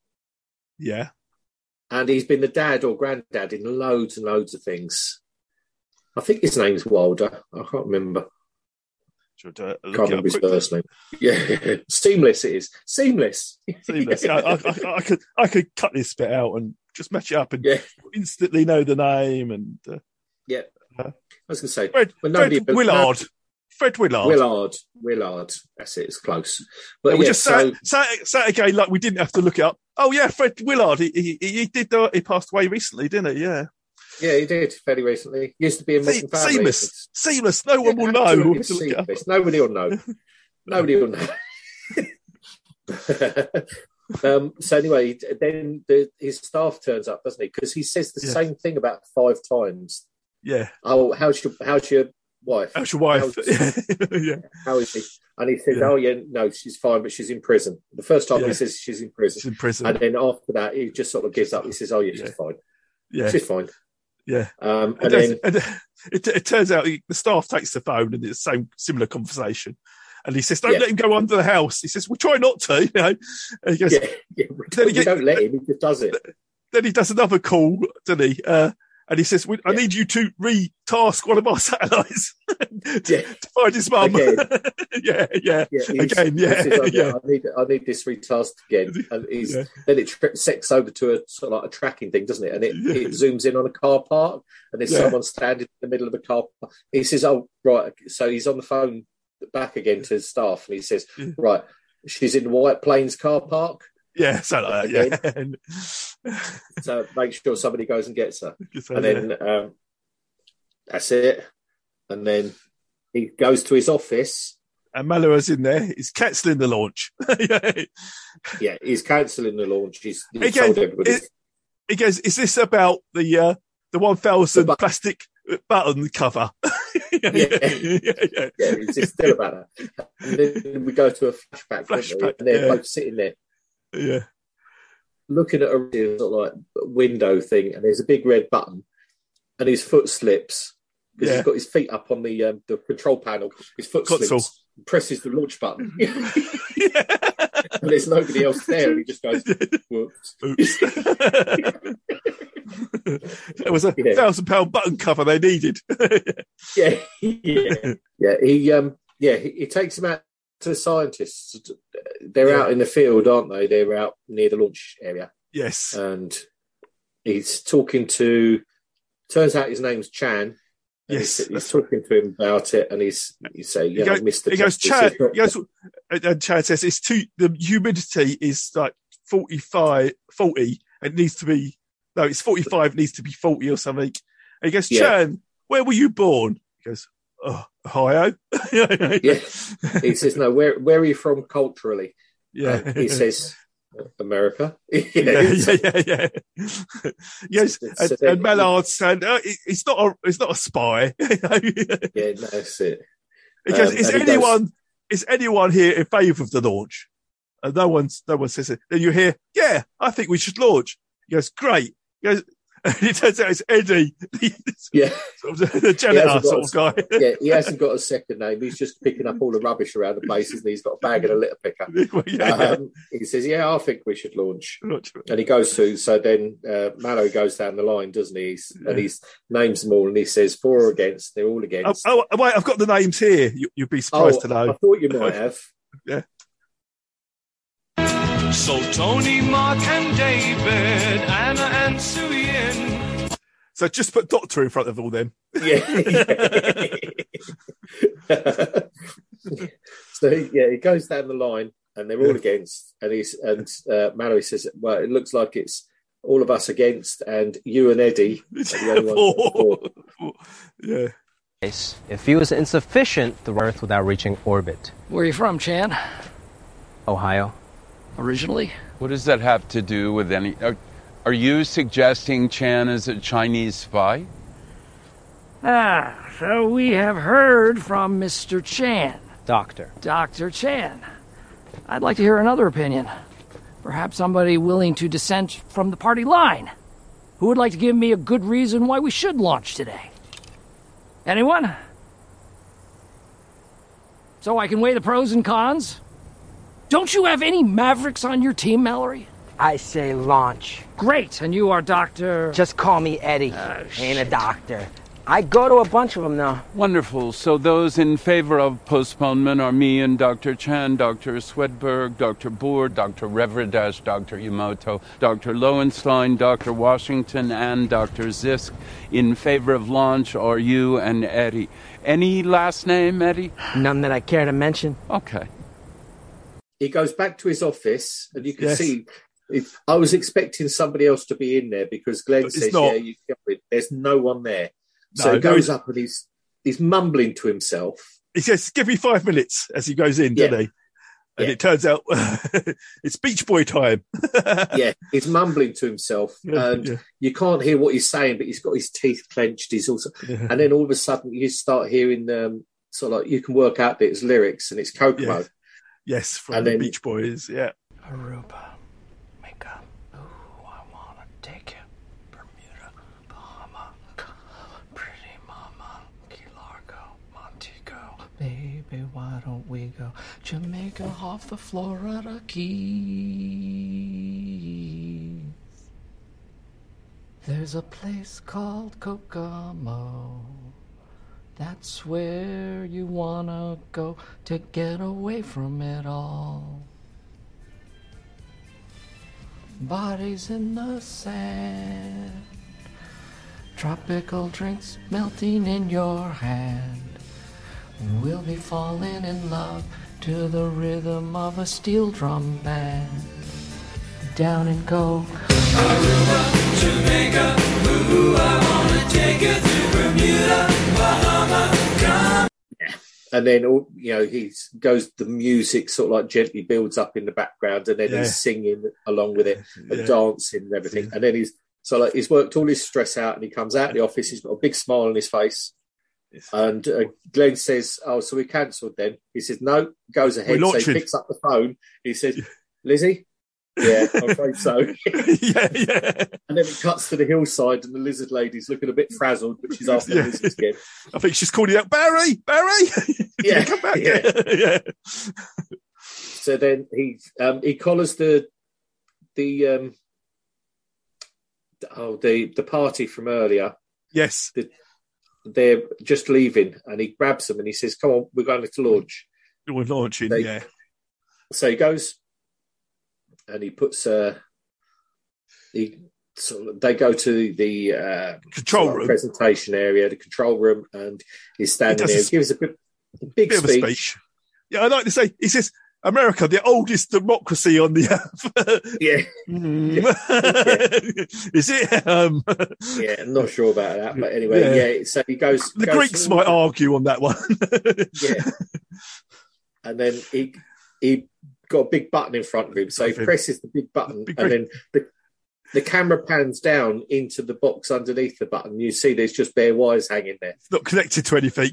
yeah, and he's been the dad or granddad in loads and loads of things. I think his name's Wilder. I can't remember. Should I uh, Can't remember his first name. Yeah, seamless it is. Seamless. Seamless. Yeah, I, I, I could I could cut this bit out and just match it up and instantly know the name and uh, Yeah. I was going to say Uh, Fred, when Fred nobody- but- Willard. Fred Willard. Willard. Willard. That's it. It's close. But But we yeah, just so, sat, sat, sat again like we didn't have to look it up. Oh yeah, Fred Willard. He he, he he did. Uh, he passed away recently, didn't he? Yeah. yeah, he did fairly recently. Used to be in Modern Family. Seamless. Seamless. No one will know. Absolutely We'll have to look it up. seamless. Nobody will know. Nobody will know. um, so anyway, then the, his staff turns up, doesn't he? Because he says the Yeah. same thing about five times. Yeah. Oh, how's your how's your wife? How's your wife? yeah. How is she? And he says, "Oh yeah, no, she's fine, but she's in prison." The first time Yeah. he says she's in prison, She's in prison. and then after that, he just sort of gives up. He says, "Oh yeah, she's fine. Yeah. she's fine." Yeah. Um, And and there's- then and, uh, it, it turns out he, the staff takes the phone and it's the same similar conversation. And he says, "Don't Yeah. let him go under the house." He says, "We try not to." You know. And he goes, yeah, yeah, we Then don't, he we get- don't let him. He just does it. then he does another call, doesn't he? Uh, and he says, we, "I need you to re-task one of our satellites to, to find his mum." Again. yeah, yeah, he's- again, he yeah, says, "Oh, yeah. I need, I need this retasked again. And he's, Yeah. then it tri- sets over to a sort of like a tracking thing, doesn't it? And it, it zooms in on a car park, and there's Yeah. someone standing in the middle of the car park. He says, "Oh, right." So he's on the phone back again to his staff, and he says, Yeah. "Right, she's in White Plains car park." Yeah, so like that, yeah. And- so make sure somebody goes and gets her. Gets her, And then um, that's it. And then he goes to his office. And Mallora's in there. He's cancelling the launch. yeah, he's cancelling the launch. He's, he's Again, told everybody. it- he goes, "Is this about the uh, the one thousand plastic button cover?" yeah, yeah, yeah. yeah, it's, it's still about that. And then we go to a flashback, don't we? Flashback, and they're yeah. both sitting there yeah. looking at a sort of like window thing, and there's a big red button, and his foot slips because Yeah. he's got his feet up on the um, the control panel. His foot Console. slips, presses the launch button, and there's nobody else there, and he just goes, "Whoops." Oops. It was a thousand pound button cover they needed. yeah, yeah, yeah. He, um, yeah, he, he takes them out to the scientists. They're out in the field, aren't they? They're out near the launch area. Yes, and he's talking to. Turns out his name's Chan. and Yes, he's, he's talking to him about it, and he's you say, He you know, goes- Mister. he goes, Chad, he goes, and and Chad says it's too, the humidity is like 45, 40, it needs to be, no, it's 45, it needs to be 40 or something. And he goes, Yeah. Chan, where were you born? He goes, oh, Ohio. yeah. he says, no, where where are you from culturally? Yeah. And he says, America. yeah, Yeah, yeah, yeah, yeah. yes, and, so- and Mallard's saying, oh, it, it's not a, it's not a spy. yeah, that's it. Because Um, is and he goes- anyone is anyone here in favour of the launch? And no one's no one says it. Then you hear, yeah, I think we should launch. He goes, great. He goes, and it turns out it's Eddie, yeah, sort of the He hasn't janitor got sort a- of guy. yeah, he hasn't got a second name. He's just picking up all the rubbish around the place, and he's got a bag and a litter picker. yeah. Um, he says, "Yeah, I think we should launch." And he goes to so then uh, Mallow goes down the line, doesn't he? He's, And Yeah. he's names them all, and he says for or against. They're all Oh, against. Oh, oh, wait, I've got the names here. You, you'd be surprised to know. I thought you might have. yeah. So Tony, Mark, and David, Anna, and Suyin. So just put Doctor in front of all them. Yeah. So he, yeah, he goes down the line, and they're all Yeah. against. And he's and uh, Mallow says, "Well, it looks like it's all of us against, and you and Eddie are the only ones for." yeah. If fuel is insufficient, the Earth without reaching orbit. Where are you from, Chan? Ohio. Originally? What does that have to do with any? Are, are you suggesting Chan is a Chinese spy? Ah, so we have heard from Mr. Chan, Doctor. Dr. Chan. I'd like to hear another opinion. Perhaps somebody willing to dissent from the party line. Who would like to give me a good reason why we should launch today? Anyone? So I can weigh the pros and cons? Don't you have any mavericks on your team, Mallory? I say launch. Great, and you are Doctor. Ah, Just call me Eddie. Oh, Ain't a doctor. I go to a bunch of them now. Wonderful. So those in favor of postponement are me and Dr. Chan, Dr. Swedberg, Dr. Boer, Dr. Reverdash, Dr. Yamoto, Dr. Lowenstein, Dr. Washington, and Dr. Zisk. In favor of launch are you and Eddie. Any last name, Eddie? None that I care to mention. Okay. He goes back to his office, and you can Yes. see. If, I was expecting somebody else to be in there because Glenn It's says, not. "Yeah, you go in." There's no one there, so No, he goes no. up and he's he's mumbling to himself. He says, "Give me five minutes," as he goes in, doesn't he? And it turns out it's Beach Boy time. yeah, he's mumbling to himself, Yeah, and yeah. you can't hear what he's saying, but he's got his teeth clenched. He's also, Yeah. and then all of a sudden, you start hearing um, sort of like you can work out that it's lyrics and it's Kokomo. Yes. Yes, from And the then- Beach Boys. Yeah. Aruba. Baby, why don't we go Jamaica off the Florida Keys? There's a place called Kokomo. That's where you wanna go to get away from it all. Bodies in the sand, tropical drinks melting in your hand. We'll be falling in love to the rhythm of a steel drum band. Down and go. And then all you know, he goes. The music sort of like gently builds up in the background, and then Yeah. he's singing along with it and Yeah. dancing and everything. And then he's so like he's worked all his stress out, and he comes out of the office. He's got a big smile on his face. And uh, Glenn says, "Oh, so we cancelled then?" He says, "No." Goes ahead. We're So he launching. picks up the phone. He says, "Lizzie." Yeah, I'm afraid so. And then it cuts to the hillside, and the lizard lady's looking a bit frazzled, but she's after Yeah. the lizards again. I think she's calling out Barry, Barry. Yeah, come back. yeah. yeah. So then he um, he collars the the um, oh the the party from earlier. Yes, the, they're just leaving, and he grabs them and he says, "Come on, we're going to launch." We're launching. They- yeah. So he goes and he puts uh he so they go to the uh, Control sort of room. presentation area, the control room, and he's He standing does there. his- He gives a bit, big Bit of a speech. speech. Yeah, I like to say he says America, the oldest democracy on the earth. yeah. Mm. Is it? Um, yeah, I'm not sure about that, but anyway, yeah. so he goes. The goes Greeks through- might argue on that one. yeah. And then he he got a big button in front of him, so he presses the big button, and then the the camera pans down into the box underneath the button. You see, there's just bare wires hanging there. Not connected to anything.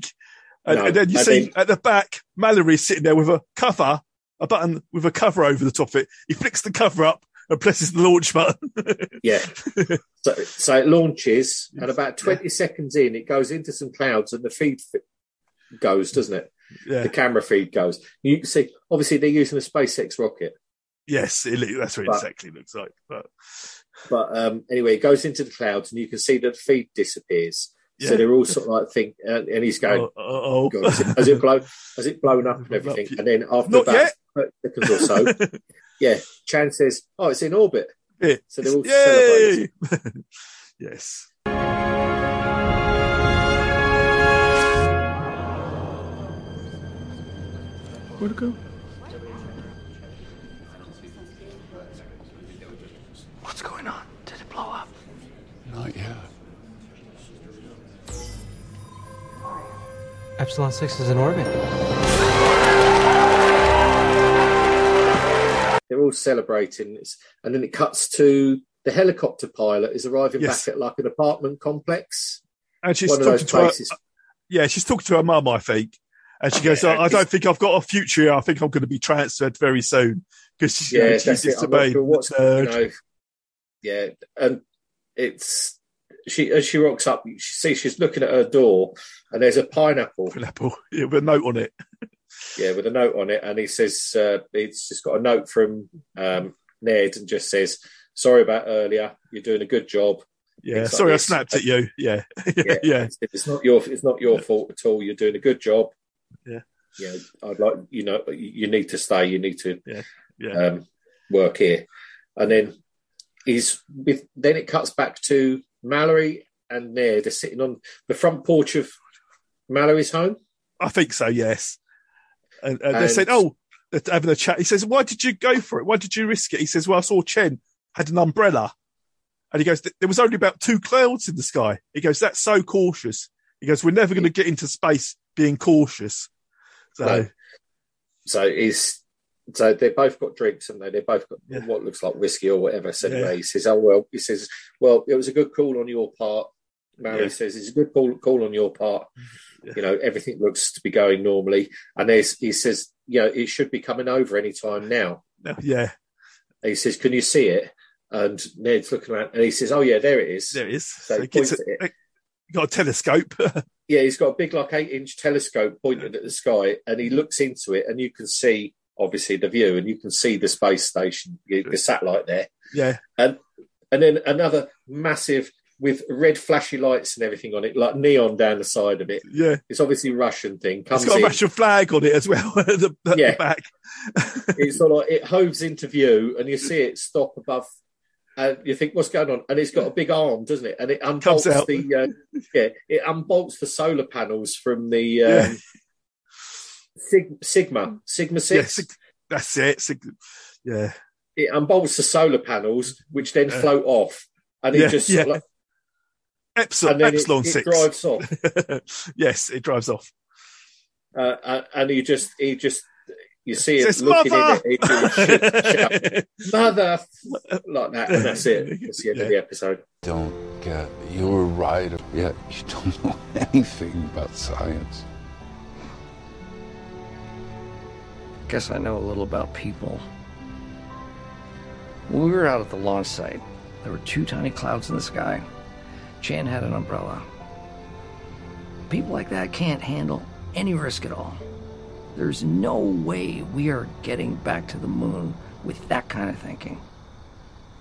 And, No, and then you I see think- at the back, Mallory's sitting there with a cover, a button with a cover over the top of it. He flicks the cover up and presses the launch button. Yeah. so so it launches, and about twenty seconds in, it goes into some clouds, and the feed f- goes, doesn't it? Yeah. The camera feed goes. You can see, obviously, they're using a SpaceX rocket. Yes, it, li- that's what it But- exactly looks like. But But um, anyway, it goes into the clouds, and you can see that the feed disappears. So Yeah. they're all sort of like think, and, and he's going, Oh, oh, oh. God, has it, has it blown? Has it blown up and everything? And then after Not about yet. thirty seconds or so, yeah, Chan says, "Oh, it's in orbit." Yeah. So they're all Yay! celebrating. yes. Where'd it go? What's going on? Did it blow up? Not yet. Epsilon 6 is in orbit. They're all celebrating, It's- and then it cuts to the helicopter pilot is arriving Yes. back at like an apartment complex. And she's One of talking those to her, places. yeah, she's talking to her mum, I think. And she goes, Yeah, I, I don't think I've got a future. here. I think I'm going to be transferred very soon because she's, Yeah, she's that's it. I'm not disobeyed. sure what's the third. you know, yeah, and it's she as she rocks up, you see she's looking at her door, and there's a pineapple. Pineapple yeah, with a note on it. yeah, with a note on it, and he says uh, it's just got a note from um, Ned and just says, "Sorry about earlier. You're doing a good job. Yeah, things like sorry, I this. snapped at you. Yeah, yeah, It's, it's not your it's not your fault at all. You're doing a good job. Yeah. You know, I'd like you know you you need to stay. You need to yeah, yeah. Um, work here, and then he's with. Then it cuts back to Mallory and Nair. They're sitting on the front porch of Mallory's home. I think so. Yes, and, and they And- said, "Oh, they're having a chat." He says, "Why did you go for it? Why did you risk it?" He says, "Well, I saw Chen had an umbrella," and he goes, "There was only about two clouds in the sky." He goes, "That's so cautious." He goes, "We're never going to get into space being cautious." So No. So is so they both got drinks, and they they both got what looks like whiskey or whatever. So anyway, he says, "Oh well," he says, "Well, it was a good call on your part." Mary Yeah. says, "It's a good call, call on your part." You know, everything looks to be going normally, and there's, he says, "You know, it should be coming over any time now." yeah, And he says, "Can you see it?" And Ned's looking around, and he says, "Oh yeah, there it is." There it is. So So he it gets points a- at it. got a telescope. Yeah, he's got a big, like eight inch telescope pointed at the sky, and he looks into it, and you can see obviously the view, and you can see the space station, the the satellite there, yeah, and and then another massive with red flashy lights and everything on it, like neon down the side of it. yeah. It's obviously a Russian thing. Comes It's got in. a Russian flag on it as well at the, at Yeah. the back. it's sort of like, it hoves into view, and you see it stop above. And you think, what's going on? And it's got a big arm, doesn't it? And it unbolts out. the uh, yeah, it unbolts the solar panels from the um, Yeah. Sig- Sigma Sigma Six. Yeah, sig- that's it. sig- yeah. it unbolts the solar panels, which then Yeah. float off, and it Yeah, just yeah. like, Epsilon, and then it- Epsilon it, six. drives off, yes, it drives off. uh, uh, and you just you just you see it Says, looking "Mother!" in it, it just shouts, mother, f-" like that, and that's it. That's the end of the episode. don't get. You were right. Yeah, you don't know anything about science. Guess I know a little about people. When we were out at the launch site, there were two tiny clouds in the sky. Chan had an umbrella. People like that can't handle any risk at all. There's no way we are getting back to the moon with that kind of thinking.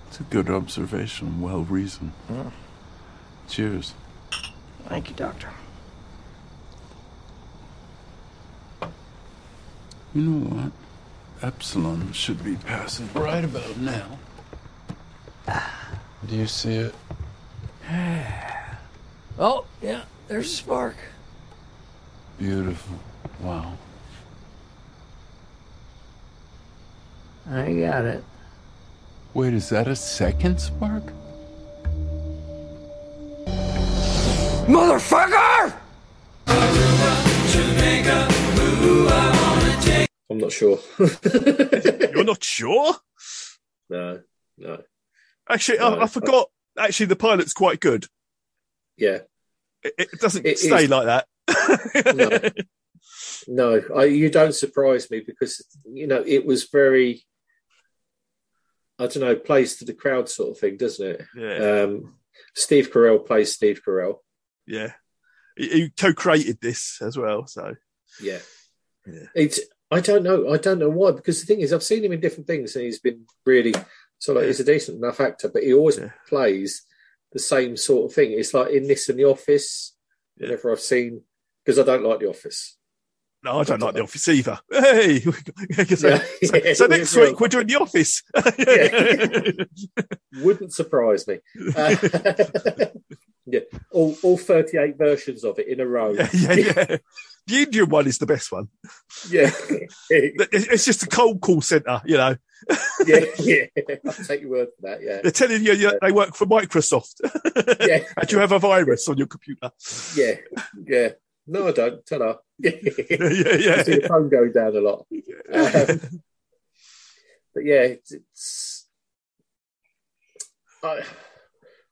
It's a good observation, well reasoned. Yeah. Cheers. Thank you, Doctor. You know what? Epsilon should be passing right about now. Do you see it? Oh, yeah, there's a spark. Beautiful. Wow. I got it. Wait, is that a second spark? Motherfucker! I'm not sure. You're not sure? No, no, Actually, No, I, I I- forgot. Actually, the pilot's quite good. yeah. It, it doesn't It stay is. like that. No, I, you don't surprise me because you know it was very, I don't know, plays to the crowd sort of thing, doesn't it? Yeah. Um, Steve Carell plays Steve Carell. Yeah, he, he co-created this as well. So Yeah. Yeah. It's I don't know. I don't know why. Because the thing is, I've seen him in different things, and he's been really so. Like he's a decent enough actor, but he always plays the same sort of thing. It's like in this and The Office. Whenever I've seen, because I don't like The Office. no, I don't like the office either. Hey, so, so- so next week we're doing the office. Wouldn't surprise me. Uh, yeah, all, all thirty-eight versions of it in a row. yeah, yeah. The Indian one is the best one. Yeah. It- It's just a cold call centre, you know. yeah, yeah. I'll take your word for that. They're Yeah, telling you you- they work for Microsoft. Yeah. and you have a virus on your computer. yeah, yeah. No, I don't. Ta-da. yeah, yeah. I see the phone going down a lot. Um, but yeah, it's. it's I,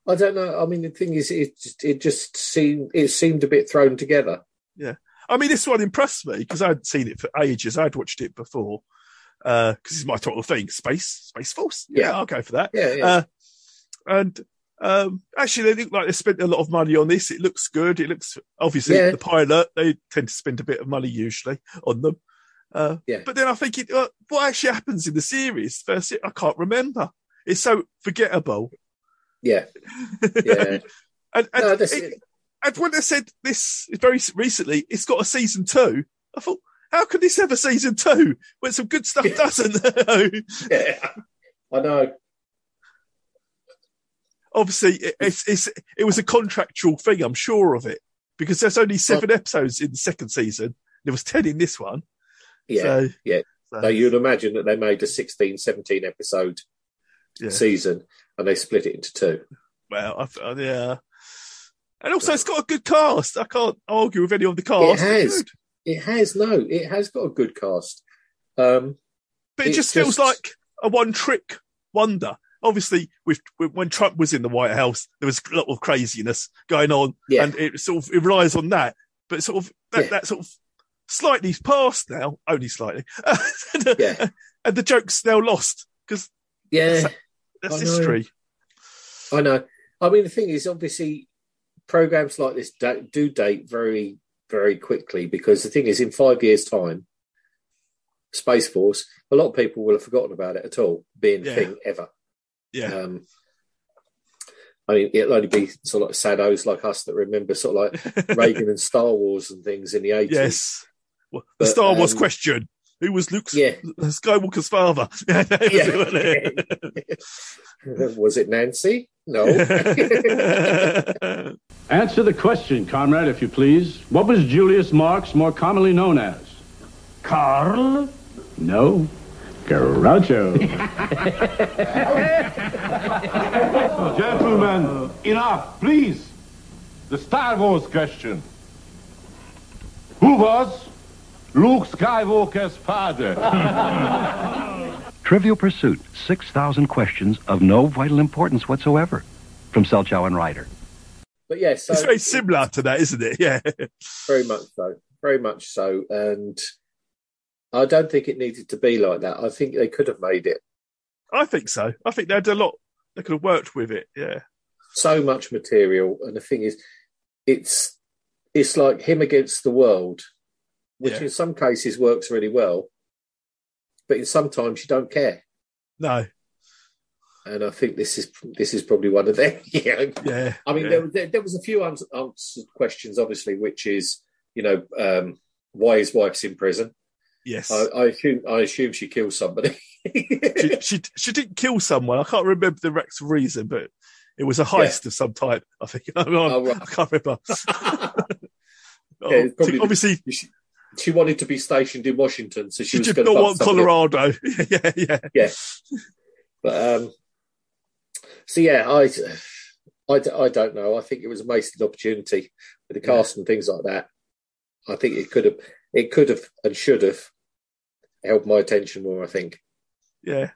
I don't know. I mean, the thing is, it just, it just seemed it seemed a bit thrown together. Yeah. I mean, this one impressed me because I'd seen it for ages. I'd watched it before because it's my total thing space, space force. Yeah, Yeah. I'll go for that. Yeah, yeah. Uh, and um, actually, they look like they spent a lot of money on this. It looks good. It looks obviously Yeah. the pilot. They tend to spend a bit of money usually on them. Uh, Yeah. But then I think it, uh, what actually happens in the series first, I can't remember. It's so forgettable. Yeah. Yeah. and, and, No, that's it- it. and when they said this very s- recently, it's got a season two, I thought, how could this have a season two when some good stuff doesn't? yeah. I know. Obviously, it, it's, it's, it was a contractual thing, I'm sure of it, because there's only seven episodes in the second season. There was 10 in this one. Yeah. So- yeah. so- Now you'd imagine that they made a 16, 17 episode Yeah. season and they split it into two. Well, I, th- uh, yeah. And also, it's got a good cast. I can't argue with any of the cast. It has. It has. No, it has got a good cast. Um, but it It's just feels just- like a one-trick wonder. Obviously, with with- when Trump was in the White House, there was a lot of craziness going on, and it sort of it relies on that. But sort of that, that sort of slightly past now, only slightly, and the joke's now lost because Yeah. that's I know. history. I know. I mean, the thing is, obviously, programs like this da- do date very, very quickly because the thing is, in five years' time, Space Force, a lot of people will have forgotten about it at all being Yeah. a thing ever. Yeah. Um, I mean, it'll only be sort of like saddos like us that remember sort of like Reagan and Star Wars and things in the 80s. Yes. Well, the But, Star Wars um, question: Who was Luke's Yeah. Skywalker's father? Yeah, that was it, wasn't it? Was it Nancy? No. Answer the question, comrade, if you please. What was Julius Marx more commonly known as? Carl? No. Groucho. Gentlemen, enough, please. The Star Wars question. Who was Luke Skywalker's father? Trivial Pursuit 6,000 questions of no vital importance whatsoever. From Selchow and Ryder. But yeah, so it's very similar to that, isn't it? Yeah. very much so, very much so. And I don't think it needed to be like that. I think they could have made it I think so. I think they had a lot. They could have worked with it. Yeah. so much material, and the thing is, it's it's like him against the world, which Yeah. in some cases works really well, but in sometimes you don't care. No. And I think this is this is probably one of them. yeah. Yeah. I mean, yeah. there, there, there was a few uns- answered questions, obviously, which is, you know, um, why his wife's in prison. Yes. I, I assume I assume she killed somebody. she, she she didn't kill someone. I can't remember the actual reason, but it was a heist of some type. I think. I, I can't Oh, remember. Oh, Yeah, it's probably- obviously, she, she wanted to be stationed in Washington, so she, she was did going to not want Colorado. yeah, yeah, yeah. But um, so yeah, I, I, d- I don't know. I think it was a wasted opportunity with the cast and things like that. I think it could have, it could have, and should have held my attention more. I think. yeah.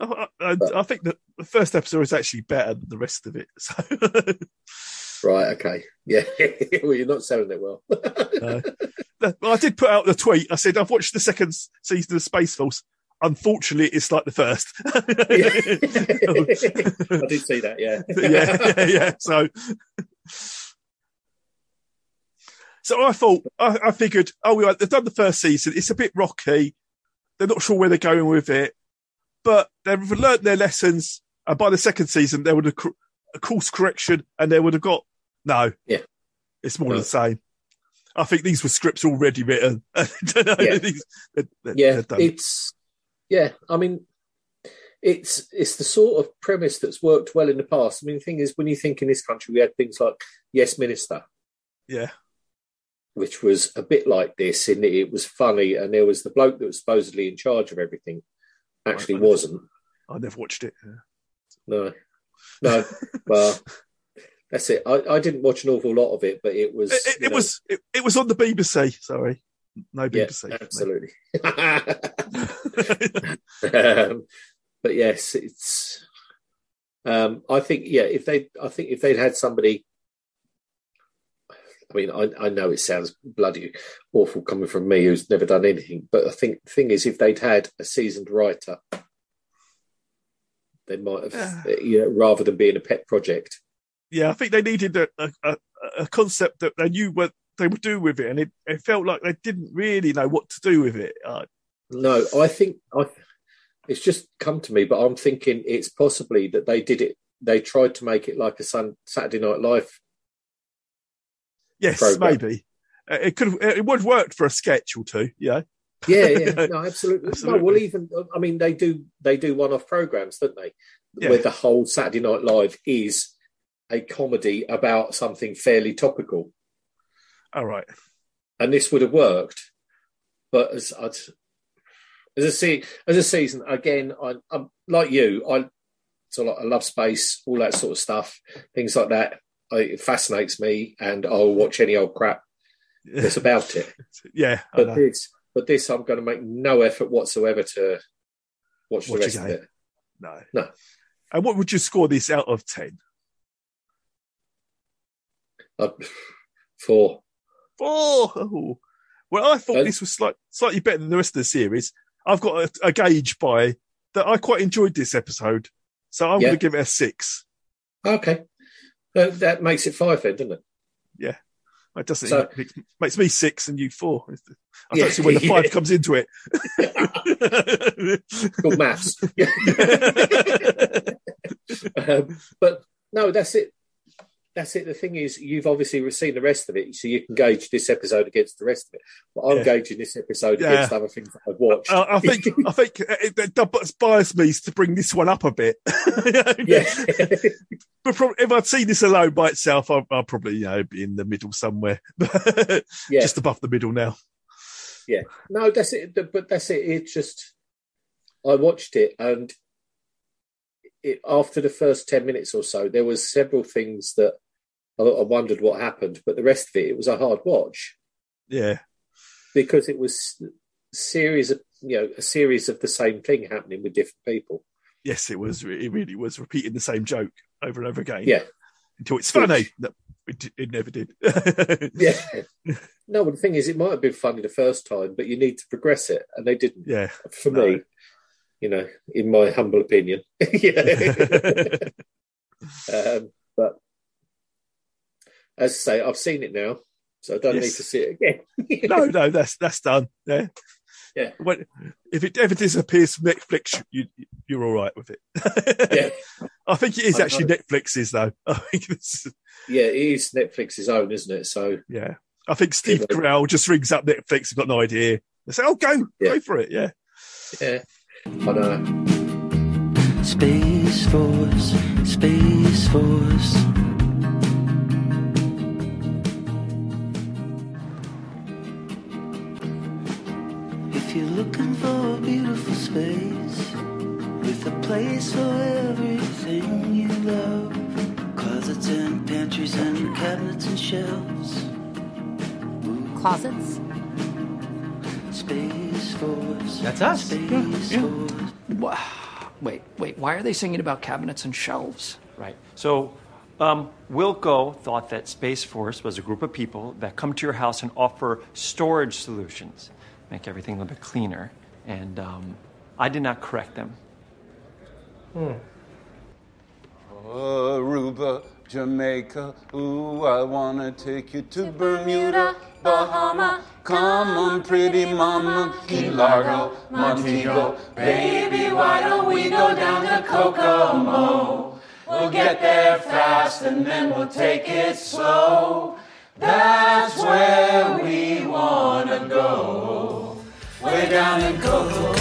I, I, I think that the first episode is actually better than the rest of it. So Right. Okay. Yeah. well, you're not selling it well. Well, I did put out uh, the tweet. I said I've watched the second s- season of Space Force. Unfortunately, it's like the first. I did see that. Yeah. yeah, yeah, yeah. So, so I thought, I, I figured, oh, well, they've done the first season. It's a bit rocky. They're not sure where they're going with it, but they've learnt their lessons. And by the second season, they would have cor- a course correction, and they would have got no. Yeah, it's more No. of the same. I think these were scripts already written. yeah, yeah, it's yeah. I mean, it's it's the sort of premise that's worked well in the past. I mean, the thing is, when you think in this country, we had things like Yes Minister, yeah, which was a bit like this, and it was funny, and there was the bloke that was supposedly in charge of everything, actually wasn't. I never watched it. Yeah. No, no. well, that's it. I, I didn't watch an awful lot of it, but it was It, you it know, was it, it was on the BBC. Sorry, no Yeah, BBC. absolutely. um, but yes, it's. Um, I think yeah. If they, I think if they'd had somebody. I mean, I, I know it sounds bloody awful coming from me, who's never done anything. But I think the thing is, if they'd had a seasoned writer, they might have, you know, rather than being a pet project. yeah, I think they needed a, a, a, a concept that they knew what they would do with it, and it, it felt like they didn't really know what to do with it. Uh, No, I think I. It's just come to me, but I'm thinking it's possibly that they did it they tried to make it like a sun, Saturday Night Live. Yes, program. maybe Uh, it could. It would work for a sketch or two. You know. Yeah, yeah, no, absolutely. Absolutely. No, well, even I mean, they do they do one off programs, don't they? Yeah. Where the whole Saturday Night Live is a comedy about something fairly topical. All right. and this would have worked. But as I'd, as a se- as a season again, I, I'm like you. I so like, I love space, all that sort of stuff, things like that. I, it fascinates me, and I'll watch any old crap that's about it. Yeah. I But know. this, but this, I'm going to make no effort whatsoever to watch, the Watch eh? rest of again. it. No. No. And what would you score this out of ten? Uh, four. Oh. Well, I thought this was slight, slightly better than the rest of the series. I've got a, a gauge by that I quite enjoyed this episode, so I'm Yeah. going to give it a six. Okay, Uh, that makes it five then, doesn't it? Yeah. It doesn't So- makes, makes me six and you four. I Yeah. don't see where the five Yeah. comes into it. Good maths. um, but no, that's it. That's it. The thing is, you've obviously seen the rest of it, so you can gauge this episode against the rest of it. But I'm Yeah. gauging this episode Yeah. Oh, against other things that I've watched. I, I think I think uh, it, it, it biased me to bring this one up a bit. Yeah. but prob- if I'd seen this alone by itself, I'd, I'd probably you know, be in the middle somewhere, just above the middle now. yeah, no, that's it. th- But that's it. It just, I watched it, and it, after the first ten minutes or so, there was several things that I, I wondered what happened. But the rest of it, it was a hard watch. Yeah, because it was series of you know a series of the same thing happening with different people. yes, it was. re- It really was repeating the same joke over and over again. Yeah. until it's funny. No, it, d- it never did. Yeah. no, but the thing is, it might have been funny the first time, but you need to progress it, and they didn't. Yeah. For me, you know, in my humble opinion. yeah. um, but as I say, I've seen it now, so I don't Yes. need to see it again. no, no, that's that's done. Yeah. Yeah. When, if it ever disappears from Netflix, you you're all right with it. I think it is I actually know. Netflix's though. I think this is, Yeah, it is Netflix's own, isn't it? So yeah, I think Steve Carell just rings up Netflix. He's got no idea. They say, "Oh, go, go for it." Yeah, yeah. I know. Space Force, Space Force. If you're looking for a beautiful space with a place for everything you love, closets and pantries and cabinets and shelves. Closets? Space Force. That's us. Space Yeah, yeah. Force. Wha- Wait, wait, why are they singing about cabinets and shelves? Right. So, um, Wilco thought that Space Force was a group of people that come to your house and offer storage solutions, make everything a little bit cleaner. And um, I did not correct them. Aruba, Jamaica, ooh, I wanna take you to Bermuda, Bahama. Come on, pretty mama, Key Largo, Montego, baby, why don't we go down to Kokomo? We'll get there fast and then we'll take it slow. That's where we wanna go. Way down in Kokomo.